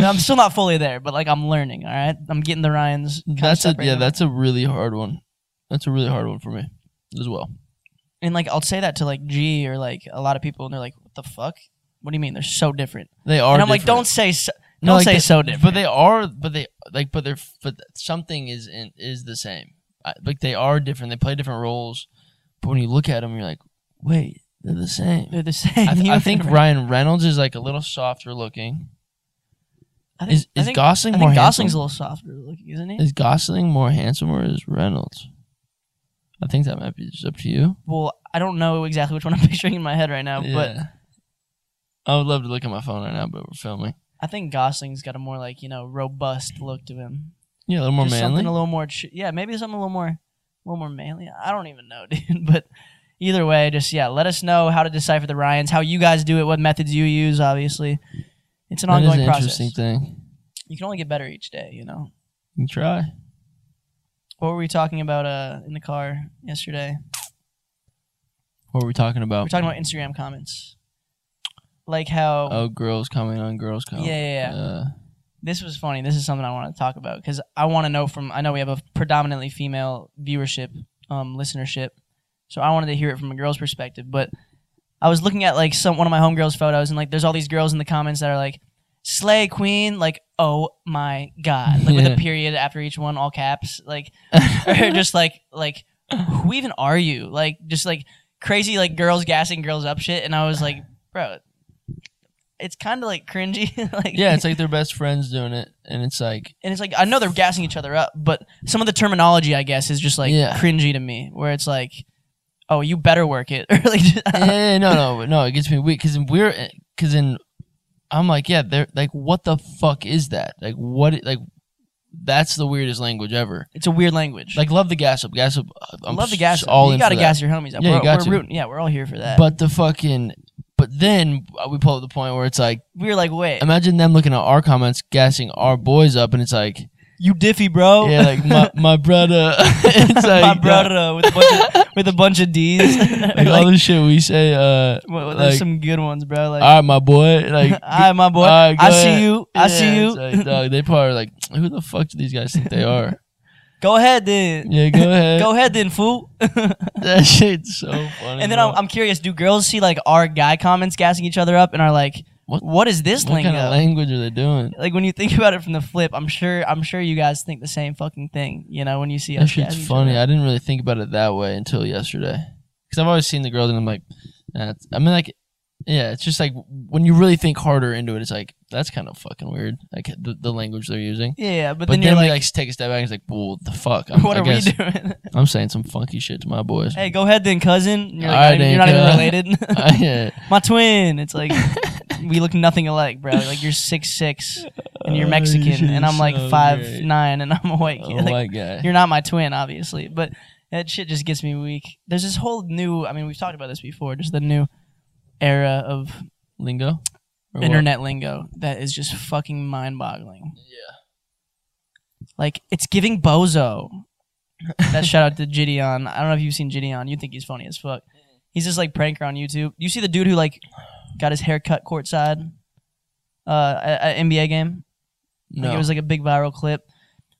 [SPEAKER 2] No, I'm still not fully there, but like I'm learning. All right, I'm getting the Ryan's. kinda
[SPEAKER 1] that's a
[SPEAKER 2] stuff right
[SPEAKER 1] yeah,
[SPEAKER 2] now.
[SPEAKER 1] that's a really hard one. That's a really hard one for me as well.
[SPEAKER 2] and like I'll say that to like G or like a lot of people, and they're like, "What the fuck? What do you mean they're so different?"
[SPEAKER 1] They are.
[SPEAKER 2] and I'm like,
[SPEAKER 1] different.
[SPEAKER 2] "Don't say so,
[SPEAKER 1] No,
[SPEAKER 2] don't
[SPEAKER 1] like
[SPEAKER 2] say
[SPEAKER 1] they-
[SPEAKER 2] so different."
[SPEAKER 1] But they are. But they like. But they're. But something is in, is the same. I, like they are different. They play different roles. But when you look at them, you're like, wait, they're the same.
[SPEAKER 2] they're the same.
[SPEAKER 1] I, th- I
[SPEAKER 2] human.
[SPEAKER 1] think Ryan Reynolds is like a little softer looking.
[SPEAKER 2] I think-
[SPEAKER 1] Is
[SPEAKER 2] I
[SPEAKER 1] is
[SPEAKER 2] think-
[SPEAKER 1] Gosling
[SPEAKER 2] I
[SPEAKER 1] more
[SPEAKER 2] think Gosling's
[SPEAKER 1] handsome?
[SPEAKER 2] a little softer looking, isn't he?
[SPEAKER 1] Is Gosling more handsome or is Reynolds? I think that might be just up to you.
[SPEAKER 2] well, I don't know exactly which one I'm picturing in my head right now, but
[SPEAKER 1] Yeah. I would love to look at my phone right now, but we're filming.
[SPEAKER 2] I think Gosling's got a more like you know robust look to him.
[SPEAKER 1] Yeah, a little more
[SPEAKER 2] Just
[SPEAKER 1] manly.
[SPEAKER 2] Something a little more, ch- yeah, maybe something a little more, a little more manly. I don't even know, dude. But either way, just yeah, let us know how to decipher the Ryan's, how you guys do it, what methods you use. Obviously, it's an
[SPEAKER 1] That is
[SPEAKER 2] ongoing
[SPEAKER 1] an
[SPEAKER 2] process.
[SPEAKER 1] interesting thing.
[SPEAKER 2] You can only get better each day, you know.
[SPEAKER 1] You can try.
[SPEAKER 2] What were we talking about uh, in the car yesterday?
[SPEAKER 1] What were we talking about?
[SPEAKER 2] We were talking about Instagram comments, like how
[SPEAKER 1] Oh, girls coming on girls
[SPEAKER 2] yeah,
[SPEAKER 1] coming.
[SPEAKER 2] yeah, yeah.
[SPEAKER 1] Uh,
[SPEAKER 2] This was funny. This is something I want to talk about because I want to know from. I know we have a predominantly female viewership, um, listenership, so I wanted to hear it from a girl's perspective. But I was looking at like some one of my homegirls' photos, and like there's all these girls in the comments that are like, "Slay Queen!" Like, oh my god! Like with
[SPEAKER 1] Yeah.
[SPEAKER 2] a period after each one, all caps. Like, or
[SPEAKER 1] Uh,
[SPEAKER 2] just like like who even are you? Like just like crazy like girls gassing girls up shit. And I was like, bro, it's kind of like cringy. like
[SPEAKER 1] yeah, it's like their best friends doing it, and it's like
[SPEAKER 2] and it's like I know they're gassing each other up, but some of the terminology I guess is just like
[SPEAKER 1] Yeah.
[SPEAKER 2] cringy to me, where it's like, oh, you better work it. Or like, just-
[SPEAKER 1] yeah, yeah, yeah, eh, no, no, no. It gets me weak because we're because in I'm like yeah, they're like what the fuck is that? Like what? i- Like that's the weirdest language ever.
[SPEAKER 2] it's a weird language.
[SPEAKER 1] Like love the gas up, gas up. uh,
[SPEAKER 2] i
[SPEAKER 1] I'm
[SPEAKER 2] love the
[SPEAKER 1] s-
[SPEAKER 2] gas. up.
[SPEAKER 1] all
[SPEAKER 2] you
[SPEAKER 1] in
[SPEAKER 2] gotta
[SPEAKER 1] for that.
[SPEAKER 2] gas your homies up.
[SPEAKER 1] Yeah, you
[SPEAKER 2] we're,
[SPEAKER 1] got
[SPEAKER 2] we're
[SPEAKER 1] to.
[SPEAKER 2] rooting. Yeah, we're all here for that.
[SPEAKER 1] But the fucking. But then uh, we pull up the point where it's like,
[SPEAKER 2] we were like, wait,
[SPEAKER 1] imagine them looking at our comments, gassing our boys up, and it's like,
[SPEAKER 2] you diffy, bro.
[SPEAKER 1] yeah, like my, my brother, it's like
[SPEAKER 2] Oh.
[SPEAKER 1] uh,
[SPEAKER 2] my brother with a bunch of, with a bunch of D's.
[SPEAKER 1] like, all the shit we say. Uh,
[SPEAKER 2] Well, there's
[SPEAKER 1] like,
[SPEAKER 2] some good ones, bro. Like,
[SPEAKER 1] all right, my boy. Like,
[SPEAKER 2] all right, my boy.
[SPEAKER 1] all right, go
[SPEAKER 2] I
[SPEAKER 1] ahead."
[SPEAKER 2] see you. I
[SPEAKER 1] Yeah,
[SPEAKER 2] see you.
[SPEAKER 1] it's like, dog, they probably like, who the fuck do these guys think they are?
[SPEAKER 2] go ahead then.
[SPEAKER 1] Yeah, go ahead.
[SPEAKER 2] Go ahead then, fool.
[SPEAKER 1] That shit's so funny.
[SPEAKER 2] and then
[SPEAKER 1] bro.
[SPEAKER 2] I'm, I'm curious, do girls see like our guy comments gassing each other up and are like,
[SPEAKER 1] What-
[SPEAKER 2] what is this
[SPEAKER 1] what
[SPEAKER 2] lingo?
[SPEAKER 1] kind of language are they doing?
[SPEAKER 2] Like when you think about it from the flip, I'm sure I'm sure you guys think the same fucking thing. You know, when you see
[SPEAKER 1] That
[SPEAKER 2] us gassing
[SPEAKER 1] shit's
[SPEAKER 2] each
[SPEAKER 1] funny.
[SPEAKER 2] other.
[SPEAKER 1] I didn't really think about it that way until yesterday. Because I've always seen the girls and I'm like, that's, I mean, like, yeah, it's just like when you really think harder into it, it's like, that's kind of fucking weird. Like the, the language they're using.
[SPEAKER 2] Yeah, yeah, but,
[SPEAKER 1] But,
[SPEAKER 2] then,
[SPEAKER 1] then,
[SPEAKER 2] you're
[SPEAKER 1] we
[SPEAKER 2] like,
[SPEAKER 1] like take a step back and it's like, well, the fuck. I'm,
[SPEAKER 2] what
[SPEAKER 1] I
[SPEAKER 2] are
[SPEAKER 1] guess
[SPEAKER 2] we doing?
[SPEAKER 1] I'm saying some funky shit to my boys.
[SPEAKER 2] hey, go ahead then, cousin. And You're, like,
[SPEAKER 1] All right,
[SPEAKER 2] not even- you're not
[SPEAKER 1] Anka.
[SPEAKER 2] even related.
[SPEAKER 1] I, yeah.
[SPEAKER 2] My twin. It's like we look nothing alike, bro. Like you're six six and you're
[SPEAKER 1] Oh,
[SPEAKER 2] Mexican,
[SPEAKER 1] you're
[SPEAKER 2] and I'm like
[SPEAKER 1] so
[SPEAKER 2] five
[SPEAKER 1] Oh, great.
[SPEAKER 2] nine, and I'm a white
[SPEAKER 1] Oh
[SPEAKER 2] kid. Like,
[SPEAKER 1] my god.
[SPEAKER 2] You're not my twin, obviously, but that shit just gets me weak. There's this whole new. I mean, we've talked about this before. Just the new era of
[SPEAKER 1] Lingo? Or what?
[SPEAKER 2] internet lingo that is just fucking mind-boggling. Yeah. Like it's giving bozo. that shout out to Gideon. I don't know if you've seen Gideon. You think he's funny as fuck. He's just like pranker on YouTube. You see the dude who like got his hair cut courtside uh, at, at NBA game. Like,
[SPEAKER 1] No.
[SPEAKER 2] it was like a big viral clip.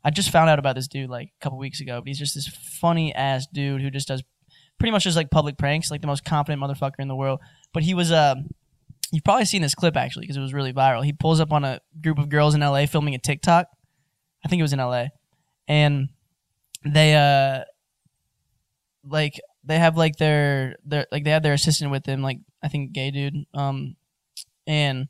[SPEAKER 2] I just found out about this dude like a couple weeks ago, but he's just this funny ass dude who just does pretty much just like public pranks, like the most confident motherfucker in the world. But he was, uh, you've probably seen this clip actually because it was really viral. He pulls up on a group of girls in LA filming a TikTok. I think it was in LA. And they, uh, like, they have like their, their, like, they had their assistant with them, like, I think gay dude. Um, and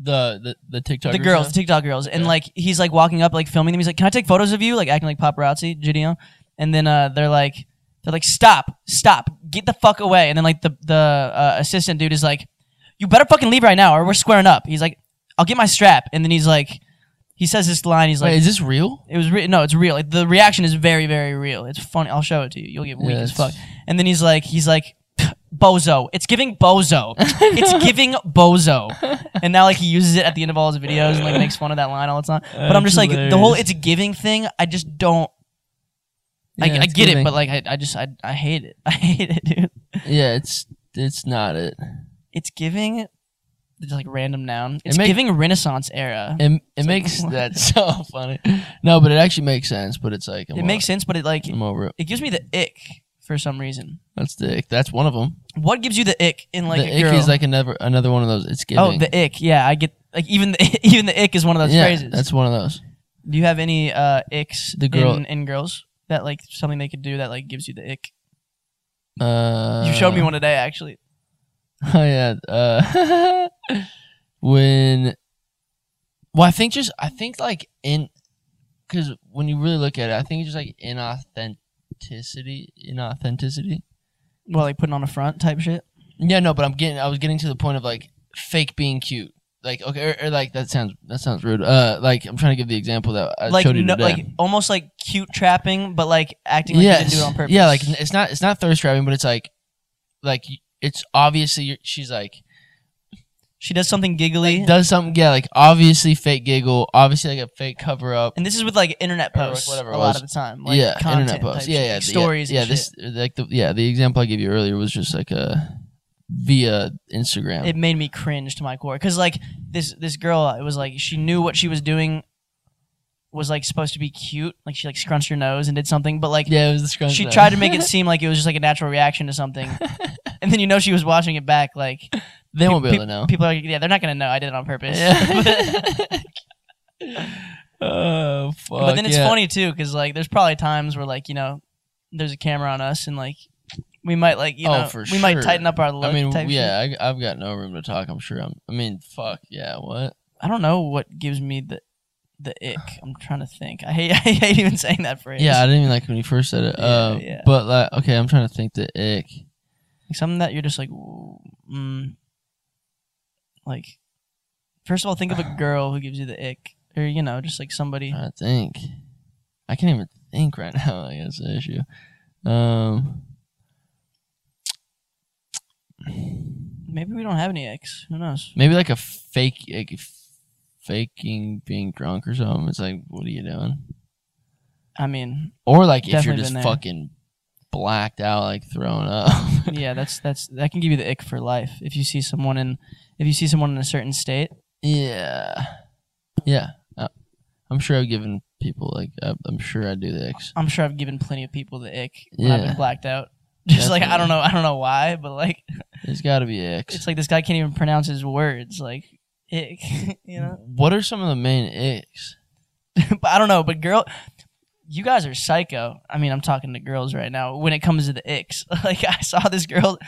[SPEAKER 1] the, the the TikTok.
[SPEAKER 2] the girls, the TikTok girls, and
[SPEAKER 1] Yeah.
[SPEAKER 2] like he's like walking up, like filming them. He's like, "Can I take photos of you?" Like acting like paparazzi, Gideon. And then uh, they're like, they're They're like, stop, stop, get the fuck away. And then like the the uh, assistant dude is like, you better fucking leave right now, or we're squaring up. He's like, I'll get my strap. And then he's like, he says this line. He's like,
[SPEAKER 1] Wait, is this real?
[SPEAKER 2] it was re- no, it's real. Like, the reaction is very, very real. It's funny. I'll show it to you. You'll get weak
[SPEAKER 1] Yeah,
[SPEAKER 2] as
[SPEAKER 1] it's-
[SPEAKER 2] fuck. And then he's like, he's like, bozo. It's giving bozo. it's giving bozo. And now like he uses it at the end of all his videos and like makes fun of that line all the time. But I'm
[SPEAKER 1] That's
[SPEAKER 2] just like the whole
[SPEAKER 1] hilarious.
[SPEAKER 2] it's giving thing. I just don't.
[SPEAKER 1] Yeah,
[SPEAKER 2] I, I
[SPEAKER 1] it's
[SPEAKER 2] get it,
[SPEAKER 1] giving.
[SPEAKER 2] but like I, I just I, I hate it. I hate it, dude.
[SPEAKER 1] yeah, it's it's not it.
[SPEAKER 2] It's giving. Just like random noun. It's
[SPEAKER 1] make-
[SPEAKER 2] giving Renaissance era.
[SPEAKER 1] It, it
[SPEAKER 2] It's like,
[SPEAKER 1] makes
[SPEAKER 2] what?
[SPEAKER 1] that so funny. No, but it actually makes sense. But it's like I'm
[SPEAKER 2] it makes sense, but it like
[SPEAKER 1] I'm over it.
[SPEAKER 2] it gives me the ick for some reason.
[SPEAKER 1] That's the ick. That's one of them.
[SPEAKER 2] What gives you the ick in like
[SPEAKER 1] the
[SPEAKER 2] a girl?
[SPEAKER 1] ick is like another another one of those. It's giving.
[SPEAKER 2] oh, the ick. Yeah, I get like even the even the ick is one of those
[SPEAKER 1] yeah,
[SPEAKER 2] phrases.
[SPEAKER 1] That's one of those.
[SPEAKER 2] Do you have any uh icks
[SPEAKER 1] The girl-
[SPEAKER 2] in, in girls that like something they could do that like gives you the ick?
[SPEAKER 1] Uh,
[SPEAKER 2] you showed me one today actually.
[SPEAKER 1] Oh yeah. Uh, when well, I think just I think like in because when you really look at it, I think it's just like inauthenticity, inauthenticity.
[SPEAKER 2] Well, like putting on a front type shit.
[SPEAKER 1] Yeah, no, but I'm getting I was getting to the point of like fake being cute. Like okay, or, or like that sounds that sounds rude. Uh, like I'm trying to give the example that I
[SPEAKER 2] like
[SPEAKER 1] showed you
[SPEAKER 2] no,
[SPEAKER 1] today.
[SPEAKER 2] like almost like cute trapping, but like acting like you
[SPEAKER 1] Yes.
[SPEAKER 2] didn't do it on purpose.
[SPEAKER 1] Yeah, like n- it's not it's not thirst trapping, but it's like like y- it's obviously you're, she's like
[SPEAKER 2] she does something giggly,
[SPEAKER 1] does something yeah like obviously fake giggle, obviously like a fake cover up.
[SPEAKER 2] and this is with like internet
[SPEAKER 1] Or, like,
[SPEAKER 2] posts
[SPEAKER 1] whatever it
[SPEAKER 2] a lot
[SPEAKER 1] was.
[SPEAKER 2] of the time. Like,
[SPEAKER 1] yeah,
[SPEAKER 2] content
[SPEAKER 1] internet posts.
[SPEAKER 2] type
[SPEAKER 1] Yeah,
[SPEAKER 2] shit,
[SPEAKER 1] yeah,
[SPEAKER 2] like
[SPEAKER 1] the-
[SPEAKER 2] stories.
[SPEAKER 1] Yeah,
[SPEAKER 2] and
[SPEAKER 1] this like the yeah the example I gave you earlier was just like a via Instagram.
[SPEAKER 2] it made me cringe to my core because like this this girl it was like she knew what she was doing was like supposed to be cute like she like scrunched her nose and did something but like
[SPEAKER 1] yeah, it was the scrunch
[SPEAKER 2] she
[SPEAKER 1] though.
[SPEAKER 2] tried to make it seem like it was just like a natural reaction to something and then you know she was watching it back like
[SPEAKER 1] they won't be
[SPEAKER 2] peop-
[SPEAKER 1] able to know.
[SPEAKER 2] people are like yeah they're not gonna know i did it on purpose
[SPEAKER 1] Oh. Yeah. oh fuck!
[SPEAKER 2] but then it's
[SPEAKER 1] yeah.
[SPEAKER 2] funny too because like there's probably times where like you know there's a camera on us and like we might like you
[SPEAKER 1] Oh,
[SPEAKER 2] know
[SPEAKER 1] for
[SPEAKER 2] we might
[SPEAKER 1] sure.
[SPEAKER 2] tighten up our look
[SPEAKER 1] I mean,
[SPEAKER 2] type shit.
[SPEAKER 1] yeah, I, I've got no room to talk. I'm sure. I'm. I mean, fuck. Yeah. What?
[SPEAKER 2] I don't know what gives me the the ick. I'm trying to think. I hate I hate even saying that phrase.
[SPEAKER 1] Yeah, I didn't even like when you first said it.
[SPEAKER 2] Yeah,
[SPEAKER 1] uh,
[SPEAKER 2] yeah.
[SPEAKER 1] But like, okay, I'm trying to think the ick.
[SPEAKER 2] Like, something that you're just like, "Ooh, mm, like, first of all, think of a girl who gives you the ick, or you know, just like somebody.
[SPEAKER 1] I think I can't even think right now. I guess the issue. Um,
[SPEAKER 2] Maybe we don't have any icks. Who knows?
[SPEAKER 1] maybe like a fake, like f- faking being drunk or something. It's like, what are you doing?
[SPEAKER 2] I mean,
[SPEAKER 1] Or like if
[SPEAKER 2] Definitely
[SPEAKER 1] you're just
[SPEAKER 2] been there.
[SPEAKER 1] fucking blacked out, like throwing up.
[SPEAKER 2] yeah, that's that's that can give you the ick for life if you see someone in if you see someone in a certain state.
[SPEAKER 1] yeah, yeah. Uh, I'm sure I've given people like I, I'm sure I do the icks.
[SPEAKER 2] I'm sure I've given plenty of people the ick when I've
[SPEAKER 1] Yeah.
[SPEAKER 2] been blacked out. Just like I
[SPEAKER 1] Definitely.
[SPEAKER 2] don't know, I don't know why, but like
[SPEAKER 1] There's got to be icks.
[SPEAKER 2] it's like this guy can't even pronounce his words. Like ick, you know.
[SPEAKER 1] What are some of the main icks?
[SPEAKER 2] but I don't know. But girl, you guys are psycho. I mean, I'm talking to girls right now. When it comes to the icks, like I saw this girl,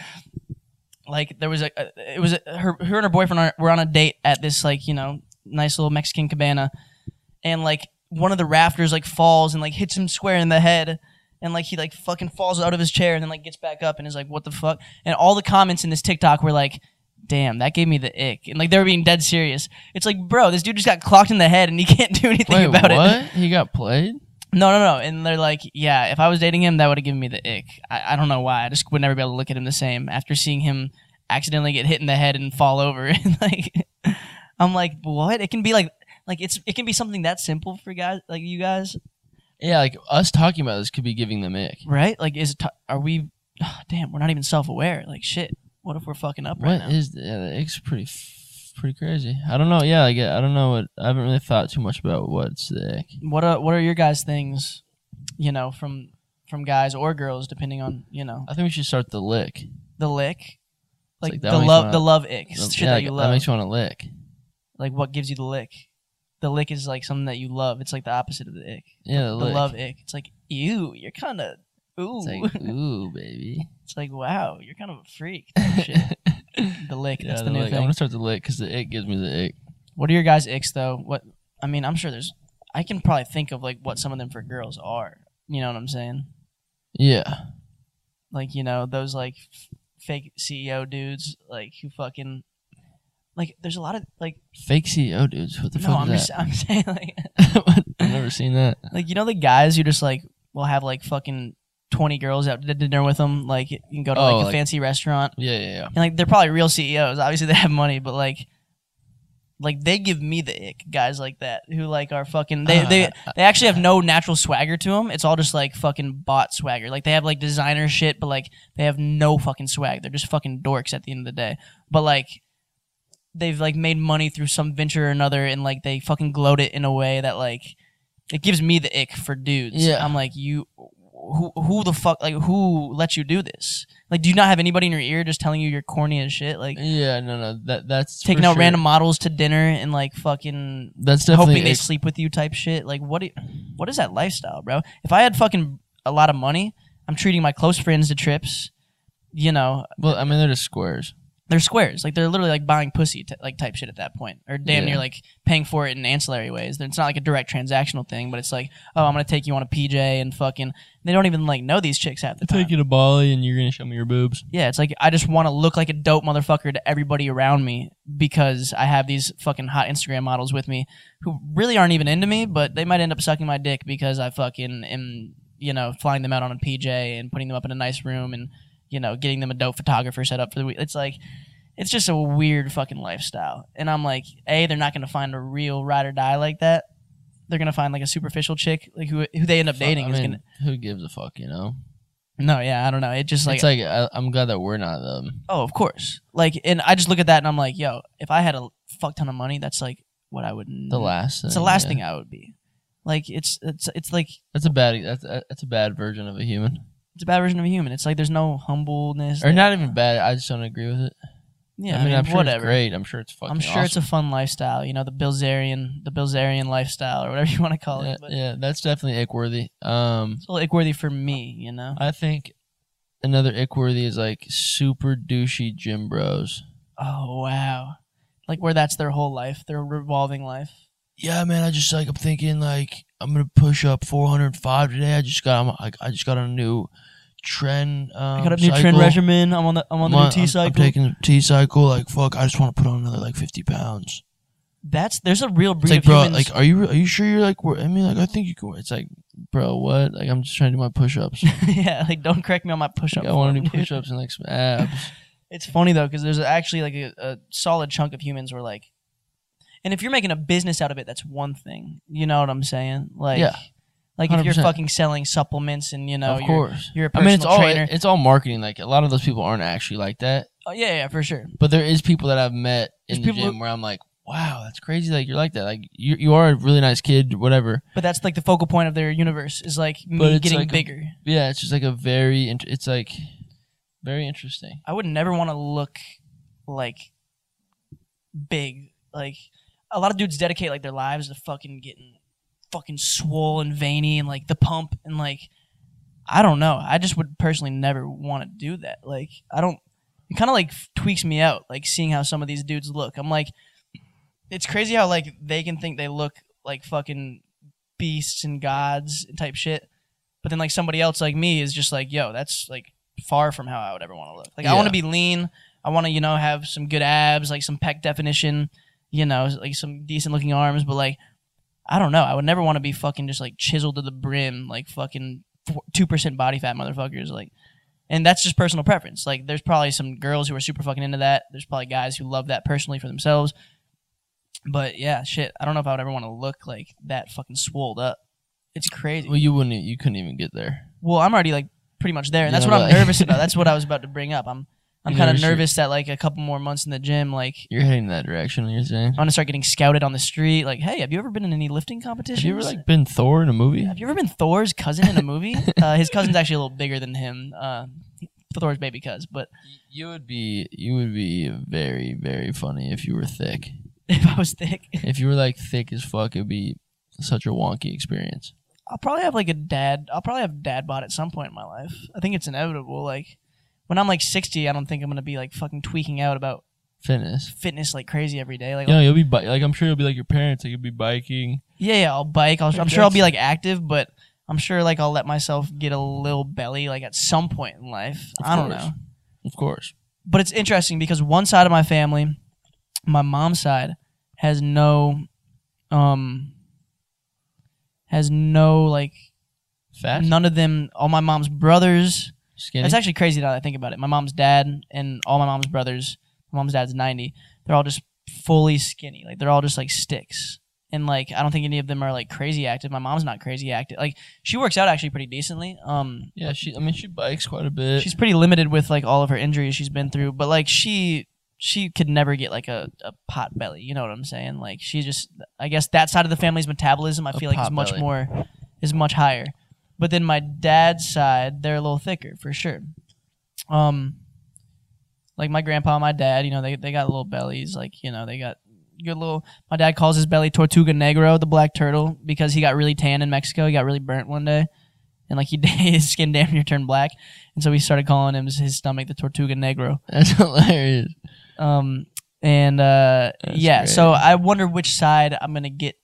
[SPEAKER 2] like there was a, it was a, her, her and her boyfriend are, were on a date at this like you know nice little Mexican cabana, and like one of the rafters like falls and like hits him square in the head. And like he like fucking falls out of his chair and then like gets back up and is like, what the fuck? And all the comments in this TikTok were like, damn, that gave me the ick. And like they were being dead serious. It's like, bro, this dude just got clocked in the head and he can't do anything
[SPEAKER 1] Wait,
[SPEAKER 2] about it.
[SPEAKER 1] what? He got played?
[SPEAKER 2] No, no, no. And they're like, yeah, if I was dating him, that would have given me the ick. I, I don't know why. I just would never be able to look at him the same after seeing him accidentally get hit in the head and fall over. and like, I'm like, what? It can be like, like it's it can be something that simple for guys like you guys,
[SPEAKER 1] Yeah, like us talking about this could be giving them ick.
[SPEAKER 2] right? Like, is it t- are we? damn, we're not even self aware. Like, shit. What if we're fucking up right
[SPEAKER 1] What
[SPEAKER 2] now?
[SPEAKER 1] is the, yeah, the ick's pretty f- pretty crazy. I don't know. Yeah, like I don't know what I haven't really thought too much about what's the ick.
[SPEAKER 2] what are what are your guys' things? You know, from from guys or girls, depending on you know
[SPEAKER 1] I think we should start the lick.
[SPEAKER 2] the lick, like,
[SPEAKER 1] like that
[SPEAKER 2] the
[SPEAKER 1] makes
[SPEAKER 2] love
[SPEAKER 1] one-
[SPEAKER 2] the love ick, shit
[SPEAKER 1] yeah,
[SPEAKER 2] that you
[SPEAKER 1] like,
[SPEAKER 2] love.
[SPEAKER 1] makes you want to lick.
[SPEAKER 2] like what gives you the lick. The lick is like something that you love. It's like the opposite of the ick.
[SPEAKER 1] Yeah, the,
[SPEAKER 2] The
[SPEAKER 1] lick.
[SPEAKER 2] love ick. It's like ew, you're kind of ooh.
[SPEAKER 1] It's like ooh, baby.
[SPEAKER 2] wow, you're kind of a freak. type shit. the lick.
[SPEAKER 1] yeah,
[SPEAKER 2] that's
[SPEAKER 1] the,
[SPEAKER 2] the, new
[SPEAKER 1] lick. I'm
[SPEAKER 2] thing.
[SPEAKER 1] gonna start the lick because the ick gives me the ick.
[SPEAKER 2] What are your guys' icks though? What I mean, I'm sure there's. I can probably think of like what some of them for girls are. You know what I'm saying?
[SPEAKER 1] Yeah,
[SPEAKER 2] like you know those like f- fake CEO dudes like who fucking like there's a lot of like
[SPEAKER 1] Fake CEO dudes. What the
[SPEAKER 2] no
[SPEAKER 1] fuck
[SPEAKER 2] I'm
[SPEAKER 1] is
[SPEAKER 2] just I'm saying like
[SPEAKER 1] that? I've never seen that.
[SPEAKER 2] like you know the guys who just like will have like fucking twenty girls out to dinner with them like you can go to
[SPEAKER 1] Oh,
[SPEAKER 2] like a
[SPEAKER 1] like-
[SPEAKER 2] fancy restaurant
[SPEAKER 1] Yeah, yeah, yeah.
[SPEAKER 2] and like they're probably real CEOs obviously they have money but like like they give me the ick guys like that who like are fucking they
[SPEAKER 1] Uh,
[SPEAKER 2] they they actually have no natural swagger to them it's all just like fucking bot swagger like they have like designer shit but like they have no fucking swag they're just fucking dorks at the end of the day but like they've like made money through some venture or another and like they fucking gloat it in a way that like it gives me the ick for dudes
[SPEAKER 1] Yeah.
[SPEAKER 2] i'm like you who who the fuck like who let you do this like do you not have anybody in your ear just telling you you're corny as shit like
[SPEAKER 1] Yeah, no, no. That that's
[SPEAKER 2] taking
[SPEAKER 1] for
[SPEAKER 2] out
[SPEAKER 1] sure.
[SPEAKER 2] random models to dinner and like fucking
[SPEAKER 1] That's definitely
[SPEAKER 2] hoping they
[SPEAKER 1] ick.
[SPEAKER 2] sleep with you type shit. Like what? i- What is that lifestyle, bro? If I had fucking a lot of money, I'm treating my close friends to trips. You know,
[SPEAKER 1] Well, I mean, they're just squares.
[SPEAKER 2] they're squares. Like they're literally like buying pussy, t- like type shit at that point, or damn
[SPEAKER 1] Yeah.
[SPEAKER 2] near like paying for it in ancillary ways. It's not like a direct transactional thing, but it's like, oh, I'm gonna take you on a PJ and fucking. They don't even like know these chicks half the time.
[SPEAKER 1] you to Bali, and you're gonna show me your boobs.
[SPEAKER 2] Yeah, it's like I just want to look like a dope motherfucker to everybody around me because I have these fucking hot Instagram models with me who really aren't even into me, but they might end up sucking my dick because I fucking am, you know, flying them out on a PJ and putting them up in a nice room and, you know, getting them a dope photographer set up for the week. It's like, it's just a weird fucking lifestyle. And I'm like, A, they're not going to find a real ride or die like that. They're going to find like a superficial chick like who, who they end up dating.
[SPEAKER 1] I
[SPEAKER 2] is
[SPEAKER 1] mean,
[SPEAKER 2] gonna,
[SPEAKER 1] who gives a fuck, you know?
[SPEAKER 2] no, yeah, I don't know. It just like,
[SPEAKER 1] it's like I, I'm glad that we're not um, them.
[SPEAKER 2] Oh, of course. Like, and I just look at that and I'm like, yo, if I had a fuck ton of money, that's like what I would.
[SPEAKER 1] The last.
[SPEAKER 2] Mm. It's the last
[SPEAKER 1] yeah.
[SPEAKER 2] thing I would be. Like, it's it's it's like
[SPEAKER 1] That's a bad. That's uh, that's a bad version of a human,
[SPEAKER 2] it's a bad version of a human. It's like there's no humbleness.
[SPEAKER 1] or not even bad. I just don't agree with it.
[SPEAKER 2] Yeah, I
[SPEAKER 1] I mean,
[SPEAKER 2] mean,
[SPEAKER 1] am sure it's
[SPEAKER 2] whatever.
[SPEAKER 1] great. I'm sure it's fucking.
[SPEAKER 2] I'm sure it's a fun lifestyle. You know, the Bilzerian, the Bilzerian lifestyle, or whatever you want to call
[SPEAKER 1] yeah,
[SPEAKER 2] it. But
[SPEAKER 1] yeah, that's definitely ick worthy. Um,
[SPEAKER 2] it's all ick worthy for me. You know.
[SPEAKER 1] I think another ick worthy is like super douchey gym bros.
[SPEAKER 2] Oh wow. Like where that's their whole life, their revolving life.
[SPEAKER 1] yeah, man, I just like I'm thinking like I'm gonna push up 405 today. I just got I'm, I, I just got on a new trend. Um,
[SPEAKER 2] I got a new trend
[SPEAKER 1] cycle.
[SPEAKER 2] regimen. I'm on the I'm on the
[SPEAKER 1] I'm
[SPEAKER 2] new T cycle.
[SPEAKER 1] I'm taking a T cycle. Like fuck, I just want to put on another like 50 pounds.
[SPEAKER 2] that's there's a real
[SPEAKER 1] It's
[SPEAKER 2] breed
[SPEAKER 1] like,
[SPEAKER 2] of
[SPEAKER 1] bro,
[SPEAKER 2] humans.
[SPEAKER 1] like, are you are you sure you're like? wor- I mean, like, I think you can. It's like, bro, what? Like, I'm just trying to do my push ups.
[SPEAKER 2] yeah, like don't correct me on my push-up.
[SPEAKER 1] I want to
[SPEAKER 2] form,
[SPEAKER 1] do
[SPEAKER 2] dude.
[SPEAKER 1] push ups and like some abs.
[SPEAKER 2] It's funny though, because there's actually like a, a solid chunk of humans where like, and if you're making a business out of it, that's one thing. You know what I'm saying? Like,
[SPEAKER 1] Yeah.
[SPEAKER 2] like if you're
[SPEAKER 1] 100%.
[SPEAKER 2] fucking selling supplements and you know,
[SPEAKER 1] of
[SPEAKER 2] you're,
[SPEAKER 1] course.
[SPEAKER 2] you're a
[SPEAKER 1] I
[SPEAKER 2] personal
[SPEAKER 1] mean, it's all
[SPEAKER 2] trainer.
[SPEAKER 1] it's all marketing. Like, a lot of those people aren't actually like that.
[SPEAKER 2] oh, yeah, yeah, for sure.
[SPEAKER 1] But there is people that I've met
[SPEAKER 2] There's
[SPEAKER 1] in the
[SPEAKER 2] people who-
[SPEAKER 1] gym where I'm like, wow, that's crazy. Like you're like that. Like you you are a really nice kid, whatever.
[SPEAKER 2] But that's like the focal point of their universe is like me
[SPEAKER 1] But it's
[SPEAKER 2] getting
[SPEAKER 1] like a-
[SPEAKER 2] bigger.
[SPEAKER 1] Yeah, it's just like a very int- it's like very interesting.
[SPEAKER 2] I would never want to look like big. Like a lot of dudes dedicate like their lives to fucking getting fucking swole and veiny and like the pump and like I don't know. I just would personally never want to do that. Like I don't. It kind of like tweaks me out. Like seeing how some of these dudes look. I'm like, it's crazy how like they can think they look like fucking beasts and gods and type shit. But then like somebody else like me is just like, yo, that's like far from how I would ever want to look. Like I want
[SPEAKER 1] Yeah.
[SPEAKER 2] to be lean. I want to you know have some good abs, like some pec definition, you know, like some decent looking arms. But like, I don't know. I would never want to be fucking just like chiseled to the brim, like fucking two percent body fat motherfuckers. Like, and that's just personal preference. Like, there's probably some girls who are super fucking into that. There's probably guys who love that personally for themselves. But yeah, shit. I don't know if I would ever want to look like that fucking swolled up. It's crazy.
[SPEAKER 1] Well, you wouldn't e, you couldn't even get there.
[SPEAKER 2] Well, I'm already like pretty much there, and
[SPEAKER 1] You
[SPEAKER 2] that's
[SPEAKER 1] know,
[SPEAKER 2] what I'm
[SPEAKER 1] like-
[SPEAKER 2] nervous about. That's what I was about to bring up. I'm I'm
[SPEAKER 1] You
[SPEAKER 2] kind of
[SPEAKER 1] nervous you're-
[SPEAKER 2] nervous that like a couple more months in the gym, like
[SPEAKER 1] You're heading in that direction. You're saying.
[SPEAKER 2] I'm gonna start getting scouted on the street. Like, hey, have you ever been in any lifting
[SPEAKER 1] Have
[SPEAKER 2] competitions?
[SPEAKER 1] you ever like been Thor in a movie?
[SPEAKER 2] Have you ever been Thor's cousin in a movie? uh, his cousin's actually a little bigger than him. Uh, Thor's baby cuz, but
[SPEAKER 1] You would be you would be very very funny if you were thick.
[SPEAKER 2] if I was thick,
[SPEAKER 1] If you were like thick as fuck, it'd be such a wonky experience.
[SPEAKER 2] I'll probably have like a dad. I'll probably have dad bod at some point in my life. I think it's inevitable. Like when I'm like 60, I don't think I'm gonna be like fucking tweaking out about
[SPEAKER 1] Fitness.
[SPEAKER 2] fitness like crazy every day. Like
[SPEAKER 1] You know, you'll be bi- like I'm sure you'll be like your parents. Like you'll be biking.
[SPEAKER 2] yeah, yeah, I'll bike. I'll,
[SPEAKER 1] Dude,
[SPEAKER 2] I'm sure I'll
[SPEAKER 1] that's-
[SPEAKER 2] be like active, but I'm sure like I'll let myself get a little belly like at some point in life. I don't
[SPEAKER 1] course.
[SPEAKER 2] know.
[SPEAKER 1] Of course.
[SPEAKER 2] But it's interesting because one side of my family, my mom's side, has no um has no like
[SPEAKER 1] Fat.
[SPEAKER 2] none of them all my mom's brothers
[SPEAKER 1] Skinny.
[SPEAKER 2] it's actually crazy now that I think about it. My mom's dad and all my mom's brothers, my mom's dad's 90, they're all just fully skinny. Like, they're all just like sticks. And, like, I don't think any of them are like crazy active. My mom's not crazy active. Like, she works out actually pretty decently. Um,
[SPEAKER 1] yeah, she. I mean, she bikes quite a bit.
[SPEAKER 2] she's pretty limited with like all of her injuries she's been through, but like, she. She could never get like a, a pot belly, you know what I'm saying? Like she just, I guess that side of the family's metabolism, I
[SPEAKER 1] A
[SPEAKER 2] feel like is
[SPEAKER 1] pot
[SPEAKER 2] much
[SPEAKER 1] belly.
[SPEAKER 2] more, is much higher. But then my dad's side, they're a little thicker for sure um like my grandpa and my dad you know they, they got little bellies like you know they got good little my dad calls his belly tortuga negro the black turtle because he got really tan in mexico he got really burnt one day and like he his skin damn near turned black and so we started calling him his stomach the tortuga negro
[SPEAKER 1] That's hilarious.
[SPEAKER 2] um and uh
[SPEAKER 1] That's
[SPEAKER 2] yeah
[SPEAKER 1] great.
[SPEAKER 2] so i wonder which side i'm gonna get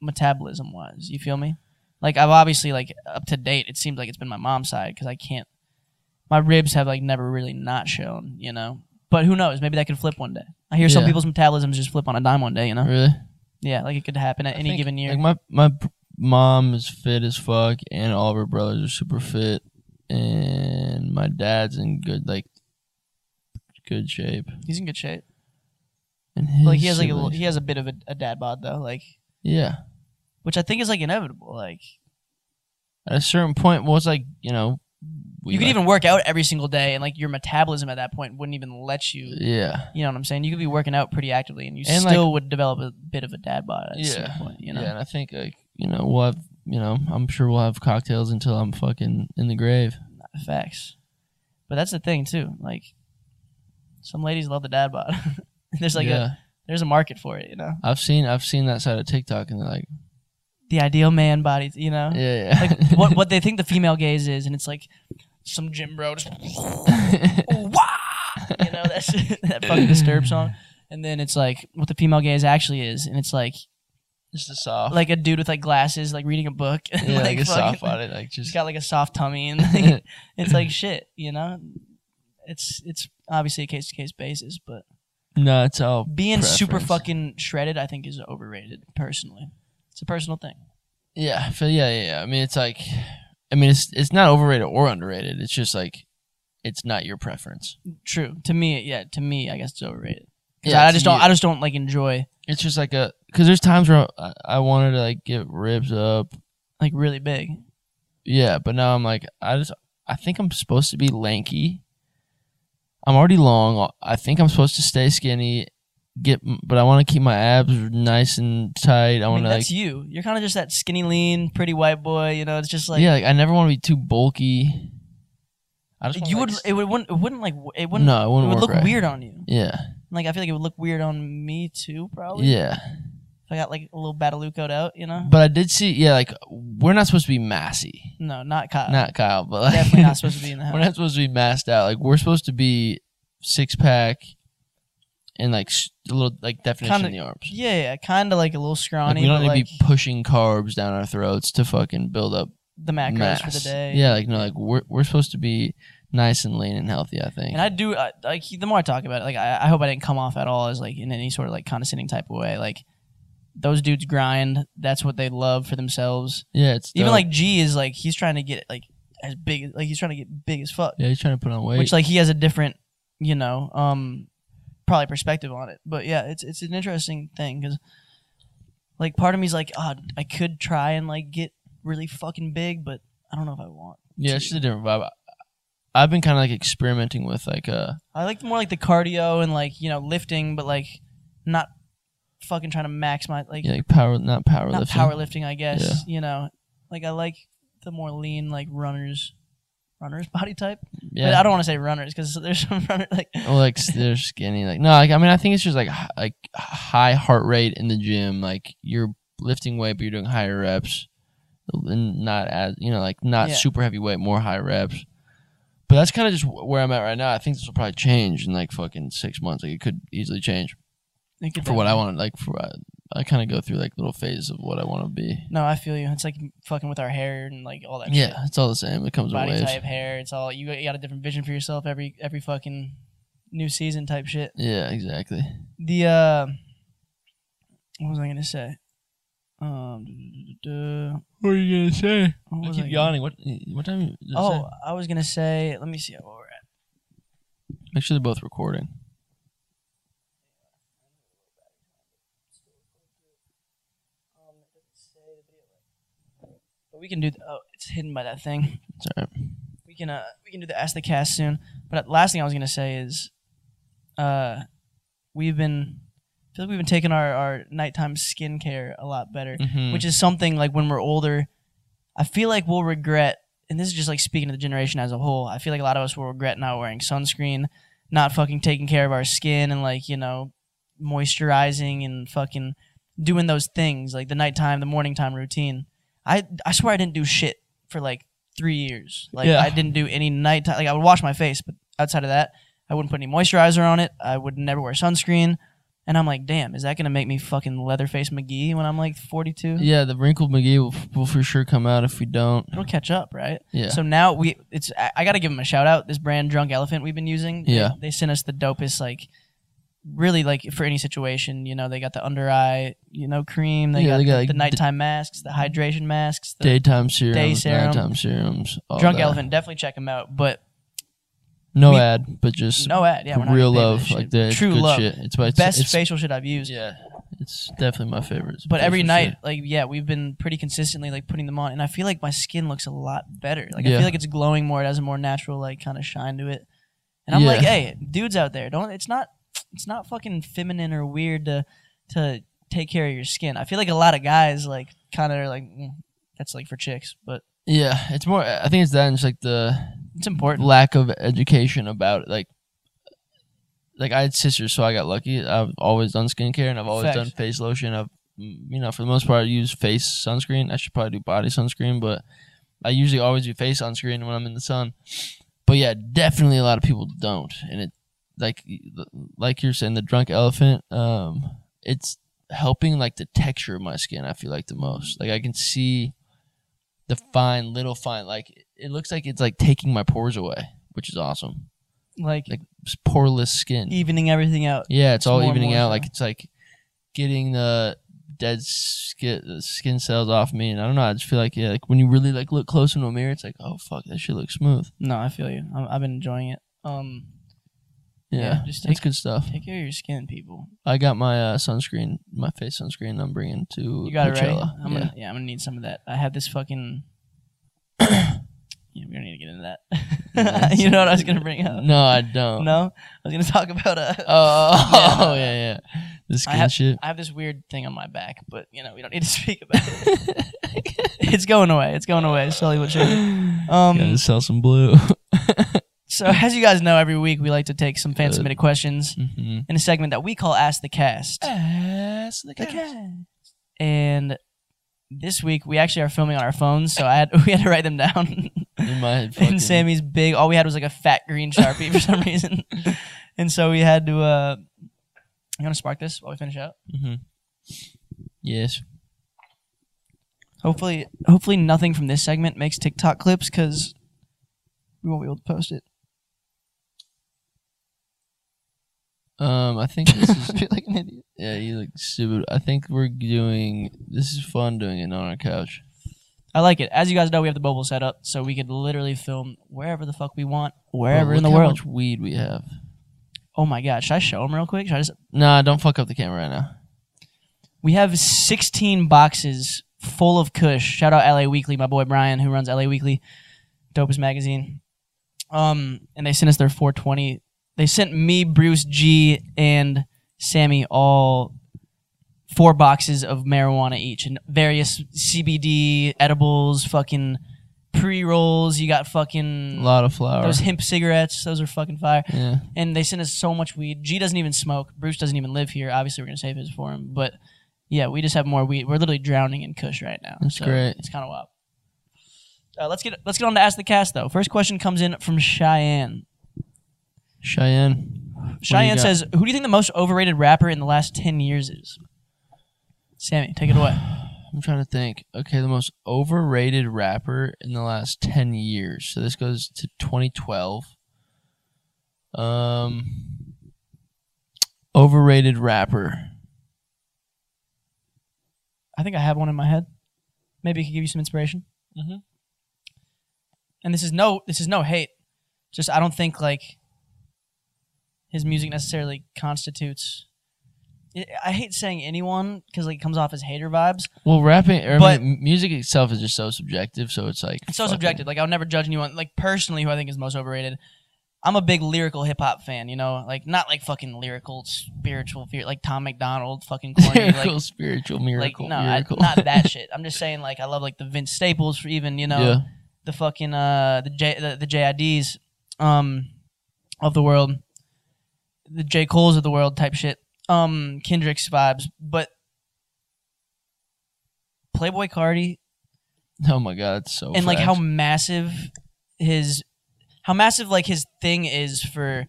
[SPEAKER 2] metabolism wise you feel me like i've obviously like up to date it seems like it's been my mom's side because i can't my ribs have like never really not shown you know but who knows maybe that could flip one day i hear some
[SPEAKER 1] Yeah.
[SPEAKER 2] people's metabolisms just flip on a dime one day you know
[SPEAKER 1] Really.
[SPEAKER 2] yeah like it could happen at
[SPEAKER 1] I
[SPEAKER 2] any
[SPEAKER 1] think,
[SPEAKER 2] given year
[SPEAKER 1] Like my my p- mom is fit as fuck, and all of her brothers are super fit, and my dad's in good like good shape.
[SPEAKER 2] he's in good shape
[SPEAKER 1] And
[SPEAKER 2] but, like
[SPEAKER 1] his
[SPEAKER 2] he has like a
[SPEAKER 1] siblings-
[SPEAKER 2] little, he has a bit of a, a dad bod though like
[SPEAKER 1] yeah.
[SPEAKER 2] which i think is like inevitable like
[SPEAKER 1] At a certain point, well, it's like you know, we
[SPEAKER 2] you could
[SPEAKER 1] like-
[SPEAKER 2] even work out every single day and like your metabolism at that point wouldn't even let you
[SPEAKER 1] yeah,
[SPEAKER 2] You know what I'm saying? You could be working out pretty actively, and you
[SPEAKER 1] And, like-
[SPEAKER 2] still would develop a bit of a dad bod at some
[SPEAKER 1] Yeah.
[SPEAKER 2] point. You know,
[SPEAKER 1] yeah. And I think like you know we'll have you know I'm sure we'll have cocktails until I'm fucking in the grave.
[SPEAKER 2] facts. But that's the thing too. Like, some ladies love the dad bod. there's like
[SPEAKER 1] yeah,
[SPEAKER 2] a there's a market for it. You know,
[SPEAKER 1] i I've seen I've seen that side of TikTok, and they're like,
[SPEAKER 2] the ideal man body. You know,
[SPEAKER 1] yeah, yeah.
[SPEAKER 2] like what what they think the female gaze is, and it's like some gym bro just wah! you know that's that fucking disturb song. And then it's like what the female gaze actually is, and it's like
[SPEAKER 1] just a soft,
[SPEAKER 2] like a dude with like glasses, like reading a book, and
[SPEAKER 1] yeah, like, a
[SPEAKER 2] fucking-
[SPEAKER 1] soft on it, like
[SPEAKER 2] She's
[SPEAKER 1] just
[SPEAKER 2] got like a soft tummy, and like, it's like shit, you know. It's it's obviously a case to case basis, but
[SPEAKER 1] no, it's all
[SPEAKER 2] being super
[SPEAKER 1] Preference.
[SPEAKER 2] fucking shredded, I think, is overrated. Personally, it's a personal thing.
[SPEAKER 1] Yeah, I feel, yeah, yeah, yeah. I mean, it's like, I mean, it's it's not overrated or underrated. It's just like, it's not your preference.
[SPEAKER 2] True to me, yeah. To me, I guess it's overrated. 'Cause
[SPEAKER 1] Yeah,
[SPEAKER 2] I, I
[SPEAKER 1] to
[SPEAKER 2] just don't.
[SPEAKER 1] you.
[SPEAKER 2] I just don't like enjoy
[SPEAKER 1] It's just like a because there's times where I, I wanted to like get ribs up,
[SPEAKER 2] like really big.
[SPEAKER 1] yeah, but now I'm like, I just I think I'm supposed to be lanky. I'm already long. I think I'm supposed to stay skinny, get, but I want to keep my abs nice and tight. I
[SPEAKER 2] I,
[SPEAKER 1] want
[SPEAKER 2] mean,
[SPEAKER 1] to like,
[SPEAKER 2] that's you. You're kind of just that skinny, lean, pretty white boy. You know, it's just like
[SPEAKER 1] yeah, like I never want to be too bulky. I just wanna,
[SPEAKER 2] you
[SPEAKER 1] like,
[SPEAKER 2] would.
[SPEAKER 1] s-
[SPEAKER 2] It would. Wouldn't, it wouldn't like. It wouldn't.
[SPEAKER 1] no, it
[SPEAKER 2] it
[SPEAKER 1] wouldn't
[SPEAKER 2] would
[SPEAKER 1] work
[SPEAKER 2] look
[SPEAKER 1] right.
[SPEAKER 2] weird on you.
[SPEAKER 1] Yeah,
[SPEAKER 2] Like I feel like it would look weird on me too. Probably.
[SPEAKER 1] yeah.
[SPEAKER 2] If I got like a little Bataluco'd out, you know.
[SPEAKER 1] But I did see, yeah, like we're not supposed to be massy,
[SPEAKER 2] No, not Kyle.
[SPEAKER 1] not Kyle, but like,
[SPEAKER 2] Definitely not supposed to be in the house.
[SPEAKER 1] we're not supposed to be massed out. Like we're supposed to be six pack and like s- a little like definition
[SPEAKER 2] Kinda-
[SPEAKER 1] in the arms.
[SPEAKER 2] yeah, yeah, kind of like a little
[SPEAKER 1] Like,
[SPEAKER 2] scrawny.
[SPEAKER 1] we don't
[SPEAKER 2] but,
[SPEAKER 1] need
[SPEAKER 2] like
[SPEAKER 1] to be pushing carbs down our throats to fucking build up
[SPEAKER 2] the macros
[SPEAKER 1] mass.
[SPEAKER 2] for the day.
[SPEAKER 1] Yeah, like no, like we're we're supposed to be nice and lean and healthy. I think.
[SPEAKER 2] and I do I, like the more I talk about it, like I, I hope I didn't come off at all as like in any sort of like condescending type of way. Like those dudes grind. That's what they love for themselves.
[SPEAKER 1] yeah, it's
[SPEAKER 2] Even
[SPEAKER 1] dope.
[SPEAKER 2] like G is like he's trying to get like as big. Like he's trying to get big as fuck.
[SPEAKER 1] yeah, he's trying to put on weight.
[SPEAKER 2] Which like he has a different, you know, um, probably perspective on it. But yeah, it's it's an interesting thing because, like, part of me's like, oh, I could try and like get really fucking big, but I don't know if I want.
[SPEAKER 1] yeah,
[SPEAKER 2] to."
[SPEAKER 1] it's just a different vibe. I- I've been kind of like experimenting with like uh
[SPEAKER 2] I like more like the cardio and like you know lifting, but like not fucking trying to max my like
[SPEAKER 1] yeah, like power not powerlifting.
[SPEAKER 2] not powerlifting. I guess you know, like I like the more lean like runners, runners body type.
[SPEAKER 1] yeah. Oh,
[SPEAKER 2] But I don't want to say runners because there's some runner like
[SPEAKER 1] Well, like s- they're skinny. Like no, like I mean, I think it's just like h- like high heart rate in the gym. Like you're lifting weight, but you're doing higher reps, and not as you know, like not
[SPEAKER 2] Yeah.
[SPEAKER 1] super heavy weight, more high reps. But that's kind of just wh- where I'm at right now. I think this will probably change in like fucking six months. Like it could easily change
[SPEAKER 2] it could
[SPEAKER 1] for what I wanted. Like for uh, I kind of go through like little phases of what I want to be.
[SPEAKER 2] No, I feel you. It's like fucking with our hair and like all that. shit.
[SPEAKER 1] Yeah, it's all the same. It comes with
[SPEAKER 2] body
[SPEAKER 1] waves.
[SPEAKER 2] type, hair. It's all you got, you got a different vision for yourself every every fucking new season type shit.
[SPEAKER 1] Yeah, exactly.
[SPEAKER 2] The uh, what was I gonna say? Um, duh,
[SPEAKER 1] What are you gonna say?
[SPEAKER 2] what
[SPEAKER 1] I
[SPEAKER 2] was
[SPEAKER 1] keep
[SPEAKER 2] I gonna-
[SPEAKER 1] yawning. What? What time? Is it
[SPEAKER 2] Oh, I was gonna say. Let me see what we're at.
[SPEAKER 1] say? make sure they're both recording.
[SPEAKER 2] Um, But we can do. The, oh, it's hidden by that thing.
[SPEAKER 1] It's all right.
[SPEAKER 2] We can uh, we can do the ask the cast soon. But uh, last thing I was gonna say is, uh, we've been I feel like we've been taking our our nighttime skincare a lot better.
[SPEAKER 1] Mhm.
[SPEAKER 2] which is something like when we're older, I feel like we'll regret. And this is just like speaking to the generation as a whole. I feel like a lot of us will regret not wearing sunscreen, not fucking taking care of our skin, and like you know, moisturizing and fucking doing those things like the nighttime, the morning time routine. I I swear I didn't do shit for like three years. Like
[SPEAKER 1] Yeah.
[SPEAKER 2] I didn't do any nighttime. Like I would wash my face, but outside of that, I wouldn't put any moisturizer on it. I would never wear sunscreen. And I'm like, damn, is that gonna make me fucking Leatherface McGee when I'm like 42?
[SPEAKER 1] yeah, the wrinkled McGee will, will for sure come out if we don't.
[SPEAKER 2] It'll catch up, right?
[SPEAKER 1] Yeah.
[SPEAKER 2] So now we, it's I, I gotta give them a shout out. This brand Drunk Elephant we've been using.
[SPEAKER 1] Yeah.
[SPEAKER 2] They, they sent us the dopest, like, really like for any situation. You know, they got the under eye, you know, cream. They
[SPEAKER 1] Yeah,
[SPEAKER 2] got,
[SPEAKER 1] they got,
[SPEAKER 2] the,
[SPEAKER 1] like,
[SPEAKER 2] the
[SPEAKER 1] d-
[SPEAKER 2] nighttime masks, the hydration masks. The
[SPEAKER 1] Daytime serums,
[SPEAKER 2] Day serum.
[SPEAKER 1] nighttime serums. all
[SPEAKER 2] Drunk
[SPEAKER 1] that.
[SPEAKER 2] Elephant, definitely check them out. But
[SPEAKER 1] No
[SPEAKER 2] We-
[SPEAKER 1] ad, but just
[SPEAKER 2] no ad, yeah, we're not
[SPEAKER 1] real
[SPEAKER 2] gonna pay for
[SPEAKER 1] love,
[SPEAKER 2] this shit.
[SPEAKER 1] like the
[SPEAKER 2] true
[SPEAKER 1] good
[SPEAKER 2] love,
[SPEAKER 1] shit. It's my
[SPEAKER 2] best
[SPEAKER 1] it's,
[SPEAKER 2] facial shit I've used.
[SPEAKER 1] Yeah, it's definitely my favorite. It's
[SPEAKER 2] But every
[SPEAKER 1] facial
[SPEAKER 2] night,
[SPEAKER 1] shit.
[SPEAKER 2] like yeah, we've been pretty consistently like putting them on, and I feel like my skin looks a lot better. Like I
[SPEAKER 1] Yeah.
[SPEAKER 2] feel like it's glowing more. It has a more natural like kind of shine to it. And I'm
[SPEAKER 1] Yeah.
[SPEAKER 2] like, hey, dudes out there, don't. It's not. It's not fucking feminine or weird to to take care of your skin. I feel like a lot of guys like kind of are like mm, that's like for chicks, but
[SPEAKER 1] yeah, it's more. I think it's that and just like the
[SPEAKER 2] it's important.
[SPEAKER 1] lack of education about it. Like, like I had sisters, so I got lucky. I've always done skincare and I've always
[SPEAKER 2] Facts.
[SPEAKER 1] done face lotion. I've, mm, you know, for the most part, I use face sunscreen. I should probably do body sunscreen, but I usually always do face sunscreen when I'm in the sun. But yeah, definitely a lot of people don't, and it like like you're saying the drunk elephant. Um, it's helping like the texture of my skin. I feel like the most. Like I can see the fine little fine. Like it looks like it's like taking my pores away, which is awesome.
[SPEAKER 2] Like,
[SPEAKER 1] like- It's poreless skin.
[SPEAKER 2] evening everything out.
[SPEAKER 1] Yeah, it's,
[SPEAKER 2] It's
[SPEAKER 1] all
[SPEAKER 2] more and
[SPEAKER 1] evening
[SPEAKER 2] more
[SPEAKER 1] out.
[SPEAKER 2] so.
[SPEAKER 1] Like it's like getting the dead skin skin cells off me, and I don't know. I just feel like yeah, like when you really like look close into a mirror, it's like oh fuck, that shit looks smooth.
[SPEAKER 2] No, I feel you. i I've been enjoying it. Um,
[SPEAKER 1] Yeah,
[SPEAKER 2] Yeah, just
[SPEAKER 1] it's
[SPEAKER 2] take-
[SPEAKER 1] good stuff.
[SPEAKER 2] take care of your skin, people.
[SPEAKER 1] I got my uh, sunscreen, my face sunscreen. I'm bringing to
[SPEAKER 2] You got it right.
[SPEAKER 1] Coachella.
[SPEAKER 2] I'm gonna yeah, I'm gonna need some of that. I have this fucking. yeah, we don't need to get into
[SPEAKER 1] Yeah,
[SPEAKER 2] that. you know what I was gonna bring
[SPEAKER 1] Yeah.
[SPEAKER 2] up?
[SPEAKER 1] No, I don't.
[SPEAKER 2] No, I was gonna talk about uh,
[SPEAKER 1] Oh,
[SPEAKER 2] Yeah.
[SPEAKER 1] yeah, yeah. The skin
[SPEAKER 2] have-
[SPEAKER 1] shit.
[SPEAKER 2] I have this weird thing on my back, but you know we don't need to speak about it. it's going away. It's going away. Slowly but surely. Um,
[SPEAKER 1] Gotta sell some blue.
[SPEAKER 2] So as you guys know, every week we like to take some fan
[SPEAKER 1] Good.
[SPEAKER 2] submitted questions
[SPEAKER 1] mm-hmm.
[SPEAKER 2] in a segment that we call "Ask the Cast."
[SPEAKER 1] Ass the cat.
[SPEAKER 2] And this week we actually are filming on our phones, so I had we had to write them down.
[SPEAKER 1] In my fucking,
[SPEAKER 2] and Sammy's big. All we had was like a fat green sharpie for some reason, and so we had to. uh You want to spark this while we finish up?
[SPEAKER 1] Mhm. Yes.
[SPEAKER 2] Hopefully, hopefully nothing from this segment makes TikTok clips because we won't be able to post it.
[SPEAKER 1] Um, I think this is
[SPEAKER 2] I feel like an idiot.
[SPEAKER 1] yeah. You look stupid. I think we're doing this is fun doing it on our couch.
[SPEAKER 2] I like it. As you guys know, we have the mobile set up, so we could literally film wherever the fuck we want, wherever
[SPEAKER 1] Bro,
[SPEAKER 2] in the
[SPEAKER 1] look how
[SPEAKER 2] world.
[SPEAKER 1] much weed we have.
[SPEAKER 2] Oh my god! Should I show them real quick? Should I just?
[SPEAKER 1] Nah, don't fuck up the camera right now.
[SPEAKER 2] We have 16 boxes full of Kush. Shout out LA Weekly, my boy Brian, who runs LA Weekly, dopest magazine. Um, and they sent us their 420. They sent me, Bruce G, and Sammy all four boxes of marijuana each, and various CBD edibles, fucking pre rolls. You got
[SPEAKER 1] A
[SPEAKER 2] fucking
[SPEAKER 1] lot of flour.
[SPEAKER 2] those hemp cigarettes. Those are fucking fire
[SPEAKER 1] yeah.
[SPEAKER 2] and they sent us so much weed. G doesn't even smoke. Bruce doesn't even live here. Obviously, we're gonna save his for him. But yeah, we just have more weed. We're literally drowning in Kush right now.
[SPEAKER 1] That's great.
[SPEAKER 2] It's kind of wild. Uh, let's get let's get on to ask the cast though. First question comes in from Cheyenne.
[SPEAKER 1] Cheyenne.
[SPEAKER 2] Cheyenne
[SPEAKER 1] got?
[SPEAKER 2] says, "Who do you think the most overrated rapper in the last ten years is?" Sammy, take it away.
[SPEAKER 1] I'm trying to think. Okay, the most overrated rapper in the last 10 years. So this goes to 2012. Um overrated rapper.
[SPEAKER 2] I think I have one in my head. Maybe it could give you some inspiration.
[SPEAKER 1] Mhm.
[SPEAKER 2] And this is no, this is no hate. Just I don't think like his music necessarily constitutes. I- I hate saying anyone because like it comes off as hater vibes.
[SPEAKER 1] Well, rapping or
[SPEAKER 2] But-
[SPEAKER 1] I mean, music itself is just so subjective, so it's like
[SPEAKER 2] It's so
[SPEAKER 1] fucking-
[SPEAKER 2] subjective. Like I'll never judge anyone. Like personally, who I think is most overrated. I'm a big lyrical hip hop fan. You know, like not like fucking lyrical spiritual fear, like Tom McDonald, fucking corny. like,
[SPEAKER 1] Miracle, spiritual miracle,
[SPEAKER 2] like no, I,
[SPEAKER 1] miracle.
[SPEAKER 2] not that shit. I'm just saying like I love like the Vince Staples for even you know.
[SPEAKER 1] yeah.
[SPEAKER 2] the fucking uh the J the, the JIDs um of the world, the J Cole's of the world type shit, um Kendrick's vibes, but Playboy Cardi
[SPEAKER 1] Oh my god, it's so
[SPEAKER 2] and like how
[SPEAKER 1] fracked.
[SPEAKER 2] massive his how massive like his thing is for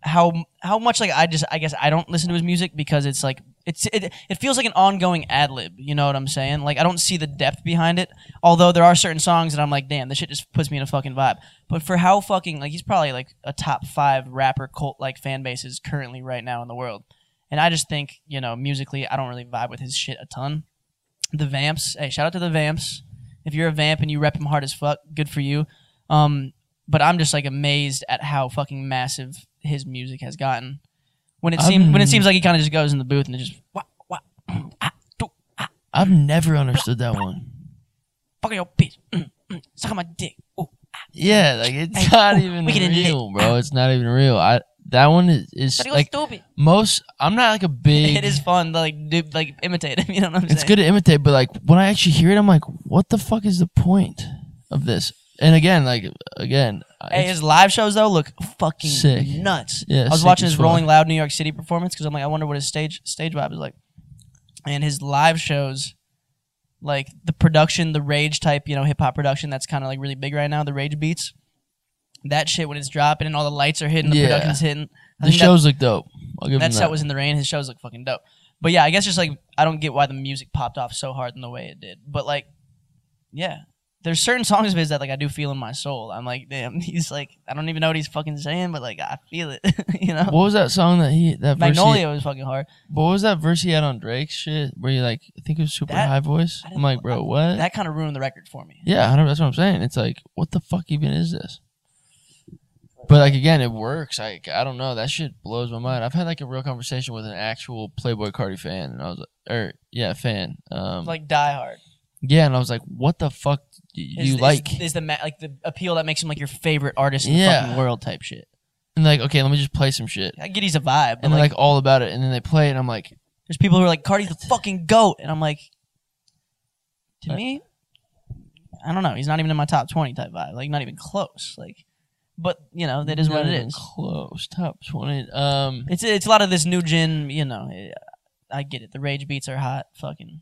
[SPEAKER 2] how how much like I just I guess I don't listen to his music because it's like it's it, it feels like an ongoing ad lib you know what I'm saying like I don't see the depth behind it although there are certain songs that I'm like damn this shit just puts me in a fucking vibe but for how fucking like he's probably like a top five rapper cult like fan bases currently right now in the world and I just think you know musically I don't really vibe with his shit a ton the Vamps hey shout out to the Vamps if you're a vamp and you rep him hard as fuck, good for you. Um, but I'm just like amazed at how fucking massive his music has gotten. When it seems when it
[SPEAKER 1] I'm-
[SPEAKER 2] seems like he kind of just goes in the booth and it just wah, wah, ah, do,
[SPEAKER 1] I've never understood that one.
[SPEAKER 2] fuck your bitch, mm, mm, suck on my dick. Ooh.
[SPEAKER 1] Yeah, like it's
[SPEAKER 2] Hey,
[SPEAKER 1] not
[SPEAKER 2] ooh,
[SPEAKER 1] even
[SPEAKER 2] we getting lit.
[SPEAKER 1] real, bro. It's not even real. I that one is, is
[SPEAKER 2] But he was
[SPEAKER 1] like
[SPEAKER 2] stupid.
[SPEAKER 1] most. I'm not like a big.
[SPEAKER 2] It is fun to like do, like imitate him. You know what I'm saying?
[SPEAKER 1] It's good to imitate, but like when I actually hear it, I'm like, what the fuck is the point of this? And again, like again,
[SPEAKER 2] Hey,
[SPEAKER 1] Uh, it's-
[SPEAKER 2] his live shows though look fucking
[SPEAKER 1] Sick.
[SPEAKER 2] nuts.
[SPEAKER 1] Yeah,
[SPEAKER 2] I was
[SPEAKER 1] sick
[SPEAKER 2] watching
[SPEAKER 1] as
[SPEAKER 2] his
[SPEAKER 1] fuck.
[SPEAKER 2] Rolling Loud New York City performance because I'm like, I wonder what his stage stage vibe is like. And his live shows, like the production, the rage type, you know, hip hop production that's kind of like really big right now. The rage beats, that shit when it's dropping and all the lights are hitting, the
[SPEAKER 1] Yeah.
[SPEAKER 2] production's hitting. I
[SPEAKER 1] the
[SPEAKER 2] think that-
[SPEAKER 1] shows look dope. I'll give
[SPEAKER 2] that
[SPEAKER 1] them
[SPEAKER 2] set
[SPEAKER 1] that.
[SPEAKER 2] was in the rain. His shows look fucking dope. But yeah, I guess just like I don't get why the music popped off so hard in the way it did. But like, yeah, there's certain songs of his that like I do feel in my soul. I'm like, damn, he's like, I don't even know what he's fucking saying, but like I feel it, you know.
[SPEAKER 1] what was that song that he that verse he,
[SPEAKER 2] Magnolia was fucking hard.
[SPEAKER 1] What was that verse he had on Drake's shit? Where you like, I think it was super
[SPEAKER 2] That-
[SPEAKER 1] high voice.
[SPEAKER 2] I didn't
[SPEAKER 1] I'm like,
[SPEAKER 2] know-
[SPEAKER 1] bro, what?
[SPEAKER 2] That kind of ruined the record for me.
[SPEAKER 1] Yeah, I know, that's what I'm saying. It's like, what the fuck even is this? But like again, it works. Like I don't know, that shit blows my mind. I've had like a real conversation with an actual Playboy Cardi fan, and I was like, or yeah, fan. Um,
[SPEAKER 2] Like Die Hard.
[SPEAKER 1] yeah, and I was like, what the fuck do you
[SPEAKER 2] Is- is-
[SPEAKER 1] like?
[SPEAKER 2] is, the ma- like the appeal that makes him like your favorite artist in the
[SPEAKER 1] Yeah.
[SPEAKER 2] fucking world type shit.
[SPEAKER 1] and like, okay, let me just play some shit,
[SPEAKER 2] I get he's a vibe, but
[SPEAKER 1] and they're
[SPEAKER 2] like,
[SPEAKER 1] like all about it, and then they play, it, and I'm like,
[SPEAKER 2] There's people who are like, Cardi's the fucking goat. And I'm like, to
[SPEAKER 1] Right.
[SPEAKER 2] me, I don't know. He's not even in my top 20 type vibe. Like, not even close. Like, but, you know, that is what
[SPEAKER 1] not
[SPEAKER 2] it
[SPEAKER 1] even
[SPEAKER 2] is.
[SPEAKER 1] Close top twenty. Um,
[SPEAKER 2] It's, it's a lot of this new gen, you know. eh, I get it. The rage beats are hot. Fucking.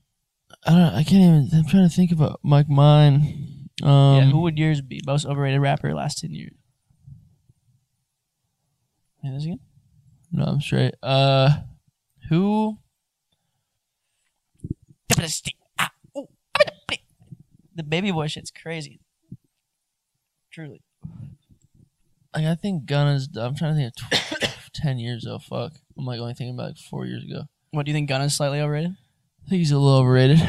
[SPEAKER 1] I don't. I can't even. I'm trying to think about like mine. Um,
[SPEAKER 2] yeah, who would yours be? Most overrated rapper last 10 years? Yeah, this again?
[SPEAKER 1] no, I'm straight. Uh, who? Ah,
[SPEAKER 2] The baby boy shit's crazy. Truly.
[SPEAKER 1] Like I think Gunna's. I'm trying to think of tw- ten years though. Fuck. I'm like only thinking about like four years ago.
[SPEAKER 2] What do you think Gunna's slightly overrated?
[SPEAKER 1] I think he's a little overrated.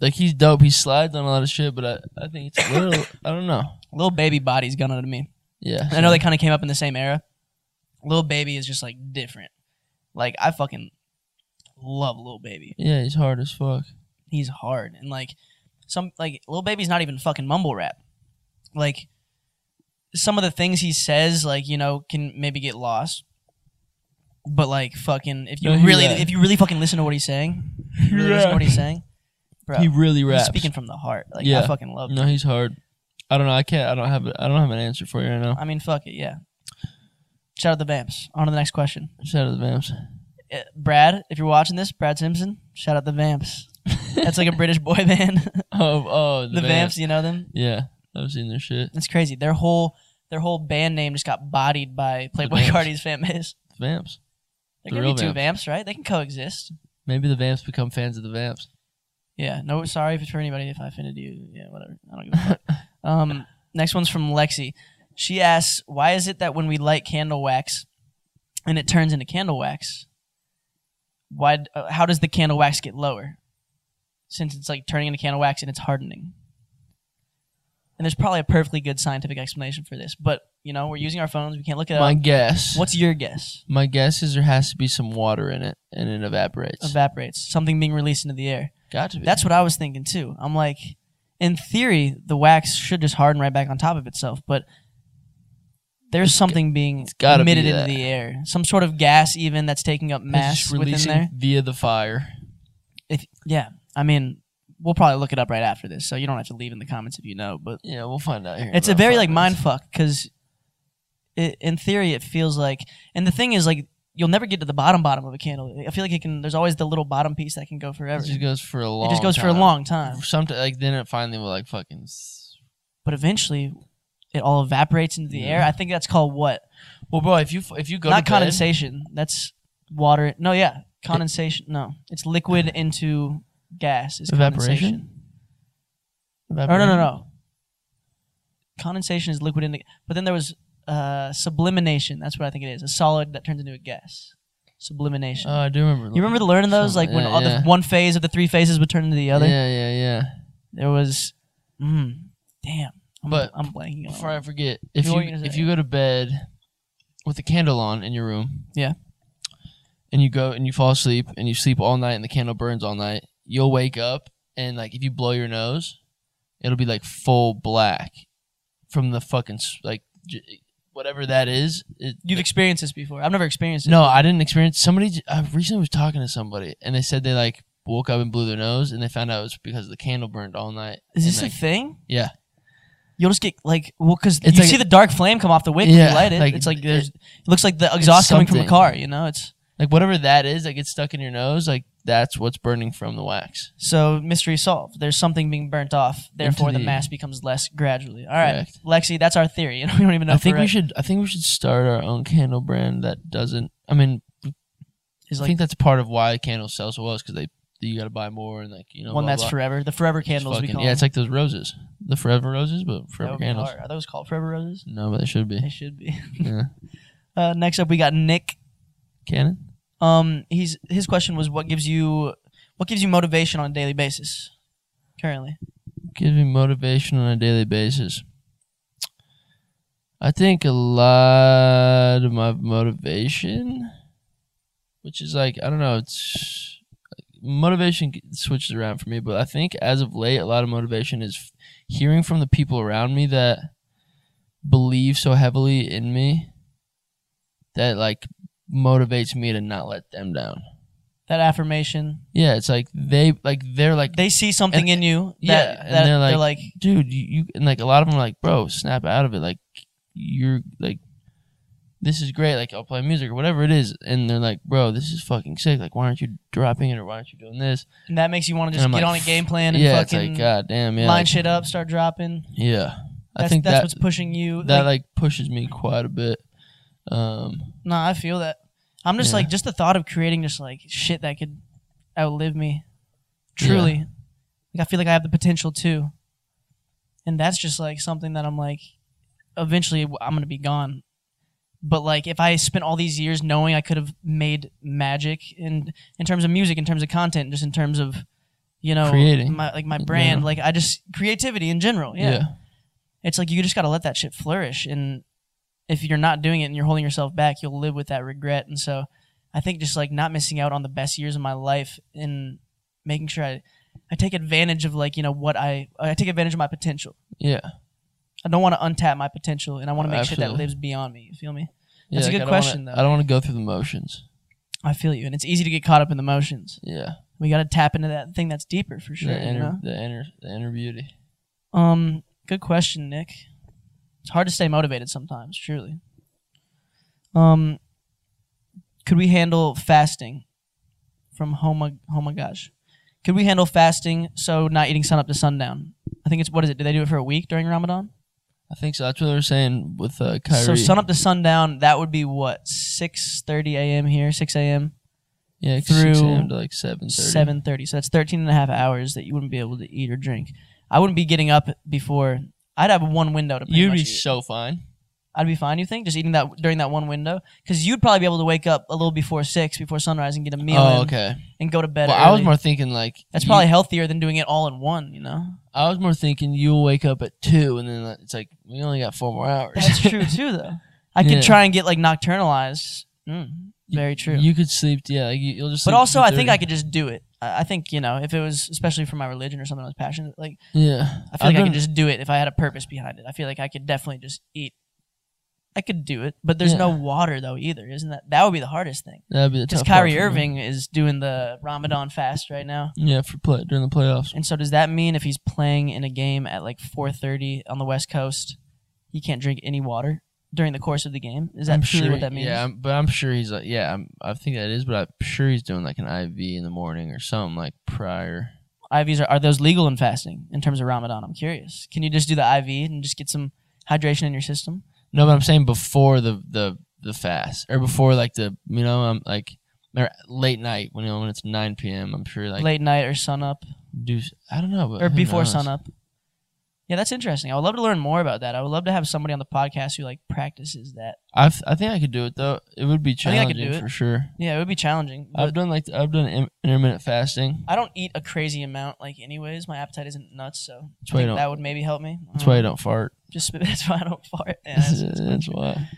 [SPEAKER 1] like he's dope. He slides on a lot of shit, but I, I think it's a little. I don't know.
[SPEAKER 2] Little baby body's Gunna to me.
[SPEAKER 1] Yeah.
[SPEAKER 2] I know they kind of came up in the same era. Lil Baby is just like different. Like I fucking love Lil Baby.
[SPEAKER 1] Yeah, he's hard as fuck.
[SPEAKER 2] He's hard and like some like Lil Baby's not even fucking mumble rap. Like some of the things he says, like you know, can maybe get lost. But like fucking, if you
[SPEAKER 1] No, he
[SPEAKER 2] really
[SPEAKER 1] rap.
[SPEAKER 2] if you really fucking listen to what he's saying, if you really listen to what he's saying, bro.
[SPEAKER 1] He really
[SPEAKER 2] he's
[SPEAKER 1] raps.
[SPEAKER 2] speaking from the heart. Like I
[SPEAKER 1] Yeah.
[SPEAKER 2] fucking love.
[SPEAKER 1] no, he's hard. I don't know. I can't. I don't have. I don't have an answer for you right now.
[SPEAKER 2] I mean, fuck it, yeah. Shout out the vamps. On to the next question.
[SPEAKER 1] Shout out to the Vamps.
[SPEAKER 2] Uh, Brad, if you're watching this, Brad Simpson, shout out the Vamps. That's like a British boy band.
[SPEAKER 1] Oh, oh,
[SPEAKER 2] the Vamps, you know them?
[SPEAKER 1] Yeah, I've seen their shit.
[SPEAKER 2] That's crazy. Their whole their whole band name just got bodied by Playboy
[SPEAKER 1] Vamps.
[SPEAKER 2] Cardi's fan base.
[SPEAKER 1] Vamps.
[SPEAKER 2] There
[SPEAKER 1] The
[SPEAKER 2] can
[SPEAKER 1] real
[SPEAKER 2] be two
[SPEAKER 1] Vamps.
[SPEAKER 2] Vamps, right? They can coexist.
[SPEAKER 1] Maybe the vamps become fans of the vamps.
[SPEAKER 2] Yeah. No, sorry if it's for anybody if I offended you. Yeah, whatever. I don't give a fuck. um, next one's from Lexi. She asks, "Why is it that when we light candle wax, and it turns into candle wax, why? d- Uh, how does the candle wax get lower? Since it's like turning into candle wax and it's hardening." And there's probably a perfectly good scientific explanation for this, but you know we're using our phones. We can't look it
[SPEAKER 1] My
[SPEAKER 2] up.
[SPEAKER 1] guess.
[SPEAKER 2] What's your guess?
[SPEAKER 1] My guess is there has to be some water in it, and it evaporates.
[SPEAKER 2] Evaporates. Something being released into the air.
[SPEAKER 1] Got to be.
[SPEAKER 2] That's what I was thinking too. I'm like, in theory, the wax should just harden right back on top of itself, but there's something being
[SPEAKER 1] gotta be
[SPEAKER 2] emitted into
[SPEAKER 1] that.
[SPEAKER 2] the air, some sort of gas even that's taking up
[SPEAKER 1] It's
[SPEAKER 2] mass
[SPEAKER 1] just
[SPEAKER 2] within
[SPEAKER 1] releasing
[SPEAKER 2] there.
[SPEAKER 1] via the fire.
[SPEAKER 2] If yeah, I mean, we'll probably look it up right after this, so you don't have to leave in the comments if you know. But
[SPEAKER 1] Yeah, we'll find out here. in
[SPEAKER 2] it's a
[SPEAKER 1] about
[SPEAKER 2] very
[SPEAKER 1] five
[SPEAKER 2] like mind
[SPEAKER 1] minutes.
[SPEAKER 2] fuck because, in theory, it feels like, and the thing is like. You'll never get to the bottom bottom of a candle. I feel like it can. There's always the little bottom piece that can go forever.
[SPEAKER 1] It just goes for a long.
[SPEAKER 2] it just goes for a
[SPEAKER 1] time.
[SPEAKER 2] long time.
[SPEAKER 1] Sometimes like then it finally will like fucking. s-
[SPEAKER 2] but eventually it all evaporates into the
[SPEAKER 1] Yeah.
[SPEAKER 2] air. I think that's called what?
[SPEAKER 1] Well, bro, if you f- if you go
[SPEAKER 2] Not
[SPEAKER 1] to bed,
[SPEAKER 2] condensation. That's water. No, yeah, condensation. no, it's liquid into gas. Is
[SPEAKER 1] Evaporation?
[SPEAKER 2] Condensation. Oh no no no. Condensation is liquid into. But then there was uh, sublimination. That's what I think it is. A solid that turns into a gas. Sublimination.
[SPEAKER 1] Oh, I do remember.
[SPEAKER 2] you remember the learning those? Like
[SPEAKER 1] something-
[SPEAKER 2] when
[SPEAKER 1] yeah,
[SPEAKER 2] all
[SPEAKER 1] yeah.
[SPEAKER 2] the one phase of the three phases would turn into the other.
[SPEAKER 1] Yeah, yeah, yeah.
[SPEAKER 2] There was, mm, damn. I'm,
[SPEAKER 1] But
[SPEAKER 2] I'm blanking. on
[SPEAKER 1] Before
[SPEAKER 2] it.
[SPEAKER 1] I forget, if
[SPEAKER 2] What
[SPEAKER 1] you
[SPEAKER 2] were you gonna
[SPEAKER 1] if
[SPEAKER 2] say?
[SPEAKER 1] you go to bed with a candle on in your room,
[SPEAKER 2] Yeah.
[SPEAKER 1] and you go and you fall asleep and you sleep all night and the candle burns all night, you'll wake up and like if you blow your nose, it'll be like full black from the fucking s- like j- whatever that is. It,
[SPEAKER 2] You've experienced this before. I've never experienced it.
[SPEAKER 1] no, I didn't experience. Somebody j- I recently was talking to somebody and they said they like woke up and blew their nose and they found out it was because the candle burned all night.
[SPEAKER 2] Is
[SPEAKER 1] and,
[SPEAKER 2] this
[SPEAKER 1] like,
[SPEAKER 2] a thing?
[SPEAKER 1] yeah.
[SPEAKER 2] You'll just get like, well, because you
[SPEAKER 1] It's like-
[SPEAKER 2] see the dark flame come off the wick when
[SPEAKER 1] Yeah,
[SPEAKER 2] you light it.
[SPEAKER 1] like,
[SPEAKER 2] it's like
[SPEAKER 1] it-
[SPEAKER 2] there's, it, looks like the exhaust coming from a
[SPEAKER 1] something.
[SPEAKER 2] car. You know, it's
[SPEAKER 1] like whatever that is that gets stuck in your nose, like that's what's burning from the wax.
[SPEAKER 2] so mystery solved. There's something being burnt off. Therefore, the,
[SPEAKER 1] the-
[SPEAKER 2] mass becomes less gradually. All right,
[SPEAKER 1] Correct.
[SPEAKER 2] Lexi, that's our theory. You know, we don't even know.
[SPEAKER 1] I
[SPEAKER 2] if
[SPEAKER 1] think
[SPEAKER 2] we're
[SPEAKER 1] we
[SPEAKER 2] right.
[SPEAKER 1] should. I think we should start our own candle brand that doesn't. I mean,
[SPEAKER 2] Is
[SPEAKER 1] I
[SPEAKER 2] like
[SPEAKER 1] think that's part of why candles sell so well is because they you got to buy more and like you know
[SPEAKER 2] one
[SPEAKER 1] blah,
[SPEAKER 2] that's
[SPEAKER 1] blah.
[SPEAKER 2] forever. The forever
[SPEAKER 1] It's
[SPEAKER 2] candles we
[SPEAKER 1] fucking-
[SPEAKER 2] call.
[SPEAKER 1] yeah,
[SPEAKER 2] them.
[SPEAKER 1] it's like those roses, the forever roses, but
[SPEAKER 2] That
[SPEAKER 1] forever
[SPEAKER 2] would be
[SPEAKER 1] candles.
[SPEAKER 2] hard. Are those called forever roses?
[SPEAKER 1] No, but they should
[SPEAKER 2] They
[SPEAKER 1] be.
[SPEAKER 2] should be.
[SPEAKER 1] Yeah.
[SPEAKER 2] Uh, next up, we got Nick.
[SPEAKER 1] Canon.
[SPEAKER 2] Um, he's his question was, what gives you, what gives you motivation on a daily basis, currently?
[SPEAKER 1] gives me motivation on a daily basis. I think a lot of my motivation, which is like I don't know, it's motivation g- switches around for me, but I think as of late, a lot of motivation is f- hearing from the people around me that believe so heavily in me that like motivates me to not let them down.
[SPEAKER 2] That affirmation,
[SPEAKER 1] Yeah, it's like they like they're like
[SPEAKER 2] they see something
[SPEAKER 1] And-
[SPEAKER 2] in you that,
[SPEAKER 1] yeah,
[SPEAKER 2] that
[SPEAKER 1] and they're
[SPEAKER 2] they're,
[SPEAKER 1] like-
[SPEAKER 2] like,
[SPEAKER 1] dude, you, you and like a lot of them are like, bro, snap out of it. Like you're like, this is great. Like I'll play music or whatever it is, and they're like, bro, this is fucking sick. Like why aren't you dropping it or why aren't you doing this?
[SPEAKER 2] and that makes you want to just
[SPEAKER 1] I'm
[SPEAKER 2] get
[SPEAKER 1] like,
[SPEAKER 2] on a game plan and
[SPEAKER 1] yeah, it's
[SPEAKER 2] fucking
[SPEAKER 1] like god damn, yeah,
[SPEAKER 2] line
[SPEAKER 1] like,
[SPEAKER 2] shit up, start dropping.
[SPEAKER 1] yeah.
[SPEAKER 2] That's,
[SPEAKER 1] I think
[SPEAKER 2] that's
[SPEAKER 1] that
[SPEAKER 2] what's pushing you.
[SPEAKER 1] that
[SPEAKER 2] like,
[SPEAKER 1] like pushes me quite a bit. Um,
[SPEAKER 2] no, I feel that. I'm just
[SPEAKER 1] Yeah.
[SPEAKER 2] like just the thought of creating just like shit that could outlive me. Truly, like I feel like I have the potential too, and that's just like something that I'm like, eventually w- I'm gonna be gone. But like, if I spent all these years knowing I could have made magic in in terms of music, in terms of content, just in terms of, you know,
[SPEAKER 1] Creating.
[SPEAKER 2] my like my
[SPEAKER 1] In
[SPEAKER 2] brand,
[SPEAKER 1] general.
[SPEAKER 2] like I just creativity in general.
[SPEAKER 1] yeah.
[SPEAKER 2] yeah it's like you just got to let that shit flourish and if you're not doing it and you're holding yourself back you'll live with that regret and so i think just like not missing out on the best years of my life and making sure i i take advantage of like you know what i i take advantage of my potential
[SPEAKER 1] yeah,
[SPEAKER 2] i don't want to untap my potential and i want to make shit that
[SPEAKER 1] Absolutely.
[SPEAKER 2] lives beyond me you feel me
[SPEAKER 1] yeah.
[SPEAKER 2] That's a
[SPEAKER 1] like,
[SPEAKER 2] good
[SPEAKER 1] I don't
[SPEAKER 2] question,
[SPEAKER 1] Wanna,
[SPEAKER 2] though.
[SPEAKER 1] I don't want to go through the motions.
[SPEAKER 2] i feel you and it's easy to get caught up in the motions
[SPEAKER 1] Yeah,
[SPEAKER 2] we got to tap into that thing that's deeper for sure
[SPEAKER 1] the,
[SPEAKER 2] you
[SPEAKER 1] inner,
[SPEAKER 2] know?
[SPEAKER 1] the inner, the inner beauty.
[SPEAKER 2] um good question nick it's hard to stay motivated sometimes truly Um, could we handle fasting from homa homagage? Could we handle fasting so not eating sun up to sundown? I think it's what is it? Do they do it for a week during Ramadan?
[SPEAKER 1] I think so. That's what they were saying with uh, Kyrie.
[SPEAKER 2] So sun up to sundown, that would be what six thirty a.m. here, six a.m.
[SPEAKER 1] Yeah, 6
[SPEAKER 2] through
[SPEAKER 1] a.m. to like seven thirty.
[SPEAKER 2] 7.30 so that's 13 and a half hours that you wouldn't be able to eat or drink i wouldn't be getting up before i'd have one window to pretty
[SPEAKER 1] You'd
[SPEAKER 2] much
[SPEAKER 1] be
[SPEAKER 2] eat.
[SPEAKER 1] so fine.
[SPEAKER 2] i'd be fine you think just eating that during that one window because you'd probably be able to wake up a little before six before sunrise and get a meal in
[SPEAKER 1] Oh, okay.
[SPEAKER 2] and go to bed
[SPEAKER 1] Well, I was
[SPEAKER 2] early.
[SPEAKER 1] more thinking like
[SPEAKER 2] that's
[SPEAKER 1] you-
[SPEAKER 2] probably healthier than doing it all in one you know
[SPEAKER 1] I was more thinking you'll wake up at two, and then like, it's like we only got four more hours.
[SPEAKER 2] that's true too though i could
[SPEAKER 1] Yeah.
[SPEAKER 2] try and get like nocturnalized mm, very true
[SPEAKER 1] You could sleep. Yeah, like, you, you'll just.
[SPEAKER 2] but
[SPEAKER 1] sleep
[SPEAKER 2] also
[SPEAKER 1] till
[SPEAKER 2] i think i
[SPEAKER 1] 2:30.
[SPEAKER 2] could just do it I I think you know if it was especially for my religion or something I was passionate like
[SPEAKER 1] Yeah,
[SPEAKER 2] I feel
[SPEAKER 1] I've
[SPEAKER 2] like I
[SPEAKER 1] been-
[SPEAKER 2] could just do it if I had a purpose behind it. I feel like I could definitely just eat. I could do it, but there's no water though either, isn't that? That would be the hardest thing.
[SPEAKER 1] that'd be the
[SPEAKER 2] Because
[SPEAKER 1] tough part
[SPEAKER 2] Kyrie
[SPEAKER 1] for me.
[SPEAKER 2] Irving is doing the Ramadan fast right now,
[SPEAKER 1] Yeah, for play during the playoffs.
[SPEAKER 2] and so does that mean if he's playing in a game at like 4:30 on the West Coast, he can't drink any water during the course of the game? Is that
[SPEAKER 1] I'm
[SPEAKER 2] truly
[SPEAKER 1] sure,
[SPEAKER 2] what that means?
[SPEAKER 1] Yeah, I'm- but I'm sure he's like, yeah, I'm, I think that is, but I'm sure he's doing like an IV in the morning or something like prior.
[SPEAKER 2] IVs are, are those legal in fasting in terms of Ramadan? I'm curious. Can you just do the IV and just get some hydration in your system?
[SPEAKER 1] No, but I'm saying before the the the fast or before like the you know I'm like or late night when you know when it's 9 p.m. I'm sure like
[SPEAKER 2] Late night or sun up?
[SPEAKER 1] do I don't know but
[SPEAKER 2] or
[SPEAKER 1] who
[SPEAKER 2] before
[SPEAKER 1] knows?
[SPEAKER 2] sunup. Yeah, that's interesting. I would love to learn more about that. I would love to have somebody on the podcast who like practices that.
[SPEAKER 1] I've, I think I could do it though. It would be
[SPEAKER 2] think I could
[SPEAKER 1] challenging
[SPEAKER 2] do it.
[SPEAKER 1] for sure.
[SPEAKER 2] Yeah, it would be challenging. But
[SPEAKER 1] I've done like I've done in- intermittent fasting.
[SPEAKER 2] I don't eat a crazy amount, like anyways. My appetite isn't nuts, so
[SPEAKER 1] That's
[SPEAKER 2] I
[SPEAKER 1] why you
[SPEAKER 2] think
[SPEAKER 1] don't-
[SPEAKER 2] that would maybe help me. Um,
[SPEAKER 1] That's why I don't fart.
[SPEAKER 2] Just that's why I don't fart. Mm. Yeah, that's- that's
[SPEAKER 1] That's
[SPEAKER 2] fine.
[SPEAKER 1] why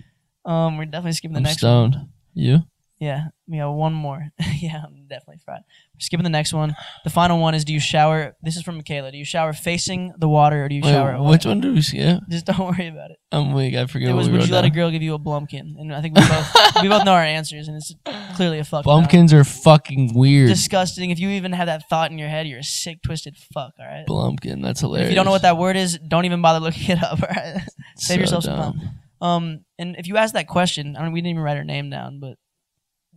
[SPEAKER 2] um, we're definitely skipping the
[SPEAKER 1] I'm
[SPEAKER 2] next one.
[SPEAKER 1] stoned. You?
[SPEAKER 2] Yeah, we got one more. yeah, I'm definitely fried. We're skipping the next one. The final one is: Do you shower? This is from Michaela. Do you shower facing the water, or do you
[SPEAKER 1] Wait,
[SPEAKER 2] shower? away?
[SPEAKER 1] which one do we skip?
[SPEAKER 2] Just don't worry about it.
[SPEAKER 1] I'm weak. I forget
[SPEAKER 2] It was
[SPEAKER 1] what we
[SPEAKER 2] would
[SPEAKER 1] wrote
[SPEAKER 2] you let a
[SPEAKER 1] down.
[SPEAKER 2] girl give you a blumpkin? And I think we both we both know our answers, and it's clearly a fuck. no.
[SPEAKER 1] Bumpkins are fucking weird.
[SPEAKER 2] Disgusting. If you even have that thought in your head, you're a sick, twisted fuck. All right.
[SPEAKER 1] Blumpkin. That's hilarious.
[SPEAKER 2] If you don't know what that word is, don't even bother looking it up. All right. Save
[SPEAKER 1] So
[SPEAKER 2] yourself some
[SPEAKER 1] dumb.
[SPEAKER 2] time. Um, and if you ask that question, I mean, we didn't even write her name down, but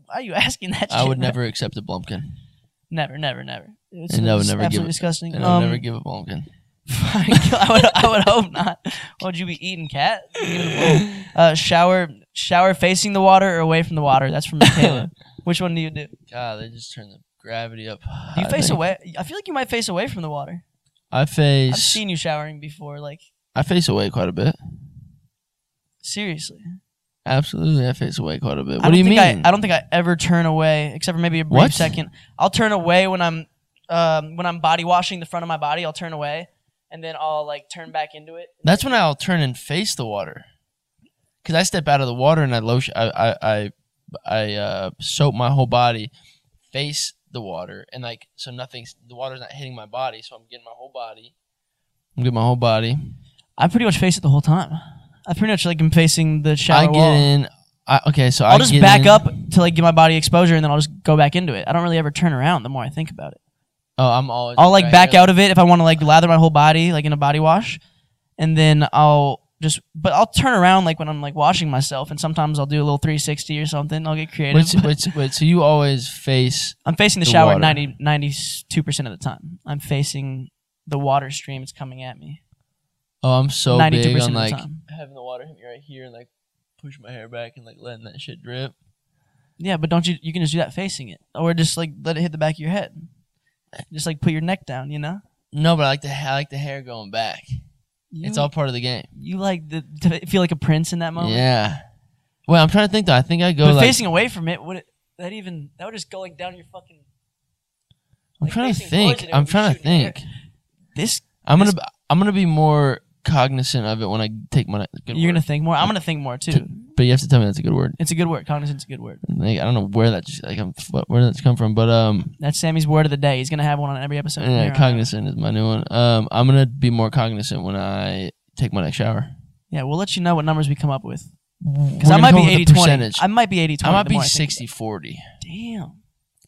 [SPEAKER 2] why are you asking that?
[SPEAKER 1] I
[SPEAKER 2] shit,
[SPEAKER 1] would
[SPEAKER 2] bro?
[SPEAKER 1] never accept a blumpkin,
[SPEAKER 2] never, never, never. It's,
[SPEAKER 1] And I would
[SPEAKER 2] it's
[SPEAKER 1] never give
[SPEAKER 2] absolutely
[SPEAKER 1] it-
[SPEAKER 2] disgusting.
[SPEAKER 1] and I
[SPEAKER 2] um,
[SPEAKER 1] would never give a blumpkin.
[SPEAKER 2] I would, I would hope not. What would you be eating, cat? Uh, shower, shower facing the water or away from the water. That's from Michaela. Which one do you do?
[SPEAKER 1] God, they just turned the gravity up.
[SPEAKER 2] Do you
[SPEAKER 1] I
[SPEAKER 2] face
[SPEAKER 1] think.
[SPEAKER 2] away? I feel like you might face away from the water.
[SPEAKER 1] I
[SPEAKER 2] I've
[SPEAKER 1] face.
[SPEAKER 2] seen you showering before. Like
[SPEAKER 1] I face away quite a bit.
[SPEAKER 2] seriously.
[SPEAKER 1] Absolutely, I face away quite a bit.
[SPEAKER 2] I
[SPEAKER 1] What do you
[SPEAKER 2] don't
[SPEAKER 1] mean?
[SPEAKER 2] think I, I don't think I ever turn away, except for maybe a brief
[SPEAKER 1] What?
[SPEAKER 2] second. I'll turn away when I'm um, when I'm body washing the front of my body. I'll turn away, and then I'll like turn back into it.
[SPEAKER 1] That's when I'll turn and face the water, because I step out of the water and I lotion. I I I, I uh, soap my whole body, face the water, and like so nothing's the water's not hitting my body, so I'm getting my whole body. I'm getting my whole body.
[SPEAKER 2] I pretty much face it the whole time. I pretty much like am facing the shower
[SPEAKER 1] I get
[SPEAKER 2] wall.
[SPEAKER 1] in. I, okay, so
[SPEAKER 2] I'll
[SPEAKER 1] I
[SPEAKER 2] just
[SPEAKER 1] get
[SPEAKER 2] back
[SPEAKER 1] in-
[SPEAKER 2] up to like get my body exposure, and then I'll just go back into it. I don't really ever turn around. The more I think about it,
[SPEAKER 1] Oh, I'm always.
[SPEAKER 2] I'll like
[SPEAKER 1] right
[SPEAKER 2] back
[SPEAKER 1] here.
[SPEAKER 2] out of it if I want to like lather my whole body like in a body wash, and then I'll just. But I'll turn around like when I'm like washing myself, and sometimes I'll do a little 360 or something. I'll get creative.
[SPEAKER 1] Wait, so- wait, so- wait, so you always face?
[SPEAKER 2] I'm facing the,
[SPEAKER 1] the
[SPEAKER 2] shower
[SPEAKER 1] water.
[SPEAKER 2] 90 92 percent of the time. I'm facing the water stream. It's coming at me.
[SPEAKER 1] Oh, I'm so
[SPEAKER 2] 92%
[SPEAKER 1] big
[SPEAKER 2] of
[SPEAKER 1] on
[SPEAKER 2] the
[SPEAKER 1] like
[SPEAKER 2] time.
[SPEAKER 1] having the water hit me right here and like push my hair back and like letting that shit drip.
[SPEAKER 2] Yeah, but don't you? You can just do that facing it, or just like let it hit the back of your head. Just like put your neck down. You know.
[SPEAKER 1] No, but I like the ha- I like the hair going back. It's
[SPEAKER 2] You-
[SPEAKER 1] all part of the game.
[SPEAKER 2] You like the, to feel like a prince in that moment.
[SPEAKER 1] Yeah. Well, I'm trying to think though. I think I go
[SPEAKER 2] But
[SPEAKER 1] like
[SPEAKER 2] facing away from it, would it, that even that would just go like down your fucking
[SPEAKER 1] I'm
[SPEAKER 2] like,
[SPEAKER 1] trying to
[SPEAKER 2] facing towards
[SPEAKER 1] think.
[SPEAKER 2] it, it
[SPEAKER 1] I'm
[SPEAKER 2] would be
[SPEAKER 1] trying to
[SPEAKER 2] shooting air.
[SPEAKER 1] think.
[SPEAKER 2] this.
[SPEAKER 1] I'm gonna b- I'm gonna be more cognizant of it when I take my. Good
[SPEAKER 2] you're gonna
[SPEAKER 1] word.
[SPEAKER 2] think more. I'm gonna think more too.
[SPEAKER 1] but you have to tell me that's a good word.
[SPEAKER 2] It's a good word. Cognizant's a good word.
[SPEAKER 1] Like, I don't know where that just, like I'm what, where that's come from, but um,
[SPEAKER 2] That's Sammy's word of the day. He's gonna have one on every episode. from here
[SPEAKER 1] yeah,
[SPEAKER 2] on out.
[SPEAKER 1] cognizant is my new one. Um, I'm gonna be more cognizant when I take my next shower.
[SPEAKER 2] Yeah, we'll let you know what numbers we come up with. Because
[SPEAKER 1] Because
[SPEAKER 2] I might be 80 20.
[SPEAKER 1] percentage.
[SPEAKER 2] I might be 80
[SPEAKER 1] I
[SPEAKER 2] 20.
[SPEAKER 1] might be 60 40.
[SPEAKER 2] Damn.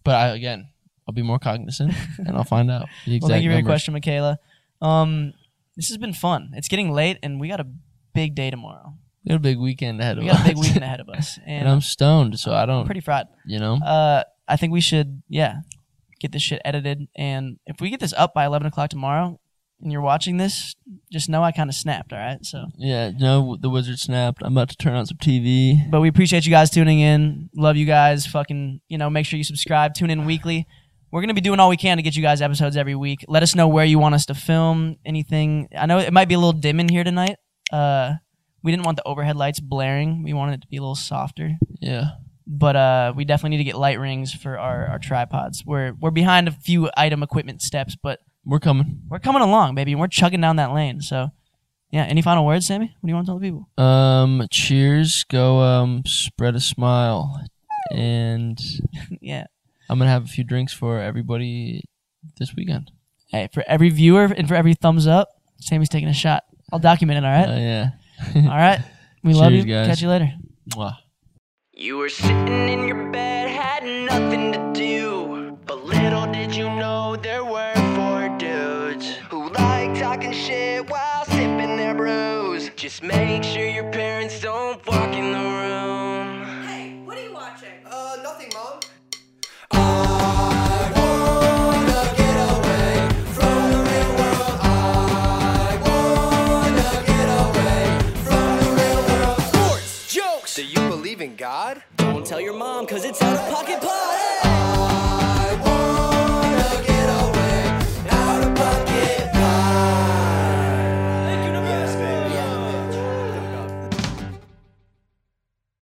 [SPEAKER 1] But I again, I'll be more cognizant and I'll find out the exact
[SPEAKER 2] Well, thank you for your
[SPEAKER 1] numbers.
[SPEAKER 2] question, Michaela. Um, this has been fun. It's getting late, and we got a big day tomorrow.
[SPEAKER 1] We got a big weekend ahead
[SPEAKER 2] We
[SPEAKER 1] of
[SPEAKER 2] got
[SPEAKER 1] us.
[SPEAKER 2] a big weekend ahead of us,
[SPEAKER 1] and
[SPEAKER 2] and
[SPEAKER 1] I'm stoned, so I
[SPEAKER 2] I'm
[SPEAKER 1] don't,
[SPEAKER 2] pretty fried.
[SPEAKER 1] you know.
[SPEAKER 2] Uh, I think we should, yeah, get this shit edited. And if we get this up by 11 o'clock tomorrow, and you're watching this, just know I kind of snapped. All right, so.
[SPEAKER 1] Yeah, no, the wizard snapped. I'm about to turn on some TV.
[SPEAKER 2] But we appreciate you guys tuning in. Love you guys. Fucking, you know, make sure you subscribe. Tune in weekly. We're gonna be doing all we can to get you guys episodes every week. Let us know where you want us to film anything. I know it might be a little dim in here tonight. Uh, we didn't want the overhead lights blaring. We wanted it to be a little softer.
[SPEAKER 1] Yeah,
[SPEAKER 2] But uh, we definitely need to get light rings for our, our tripods. We're we're behind a few item equipment steps, but
[SPEAKER 1] we're coming.
[SPEAKER 2] we're coming along, baby. We're chugging down that lane. So, yeah. Any final words, Sammy? What do you want to tell the people?
[SPEAKER 1] Um, cheers. Go um, spread a smile, and
[SPEAKER 2] yeah.
[SPEAKER 1] I'm gonna have a few drinks for everybody this weekend.
[SPEAKER 2] Hey, for every viewer and for every thumbs up, Sammy's taking a shot. I'll document it, all right?
[SPEAKER 1] Uh, yeah.
[SPEAKER 2] all right. We love you.
[SPEAKER 1] Cheers, guys.
[SPEAKER 2] Catch you later.
[SPEAKER 1] Mwah.
[SPEAKER 3] You were sitting in your bed, had nothing to do. But little did you know there were four dudes who like talking shit while sipping their brews. Just make sure your parents don't walk in the room.
[SPEAKER 4] Hey, what are you watching?
[SPEAKER 3] Uh, nothing, Mom.
[SPEAKER 5] Do you believe in God? Don't tell your mom, cause it's out of pocket pot.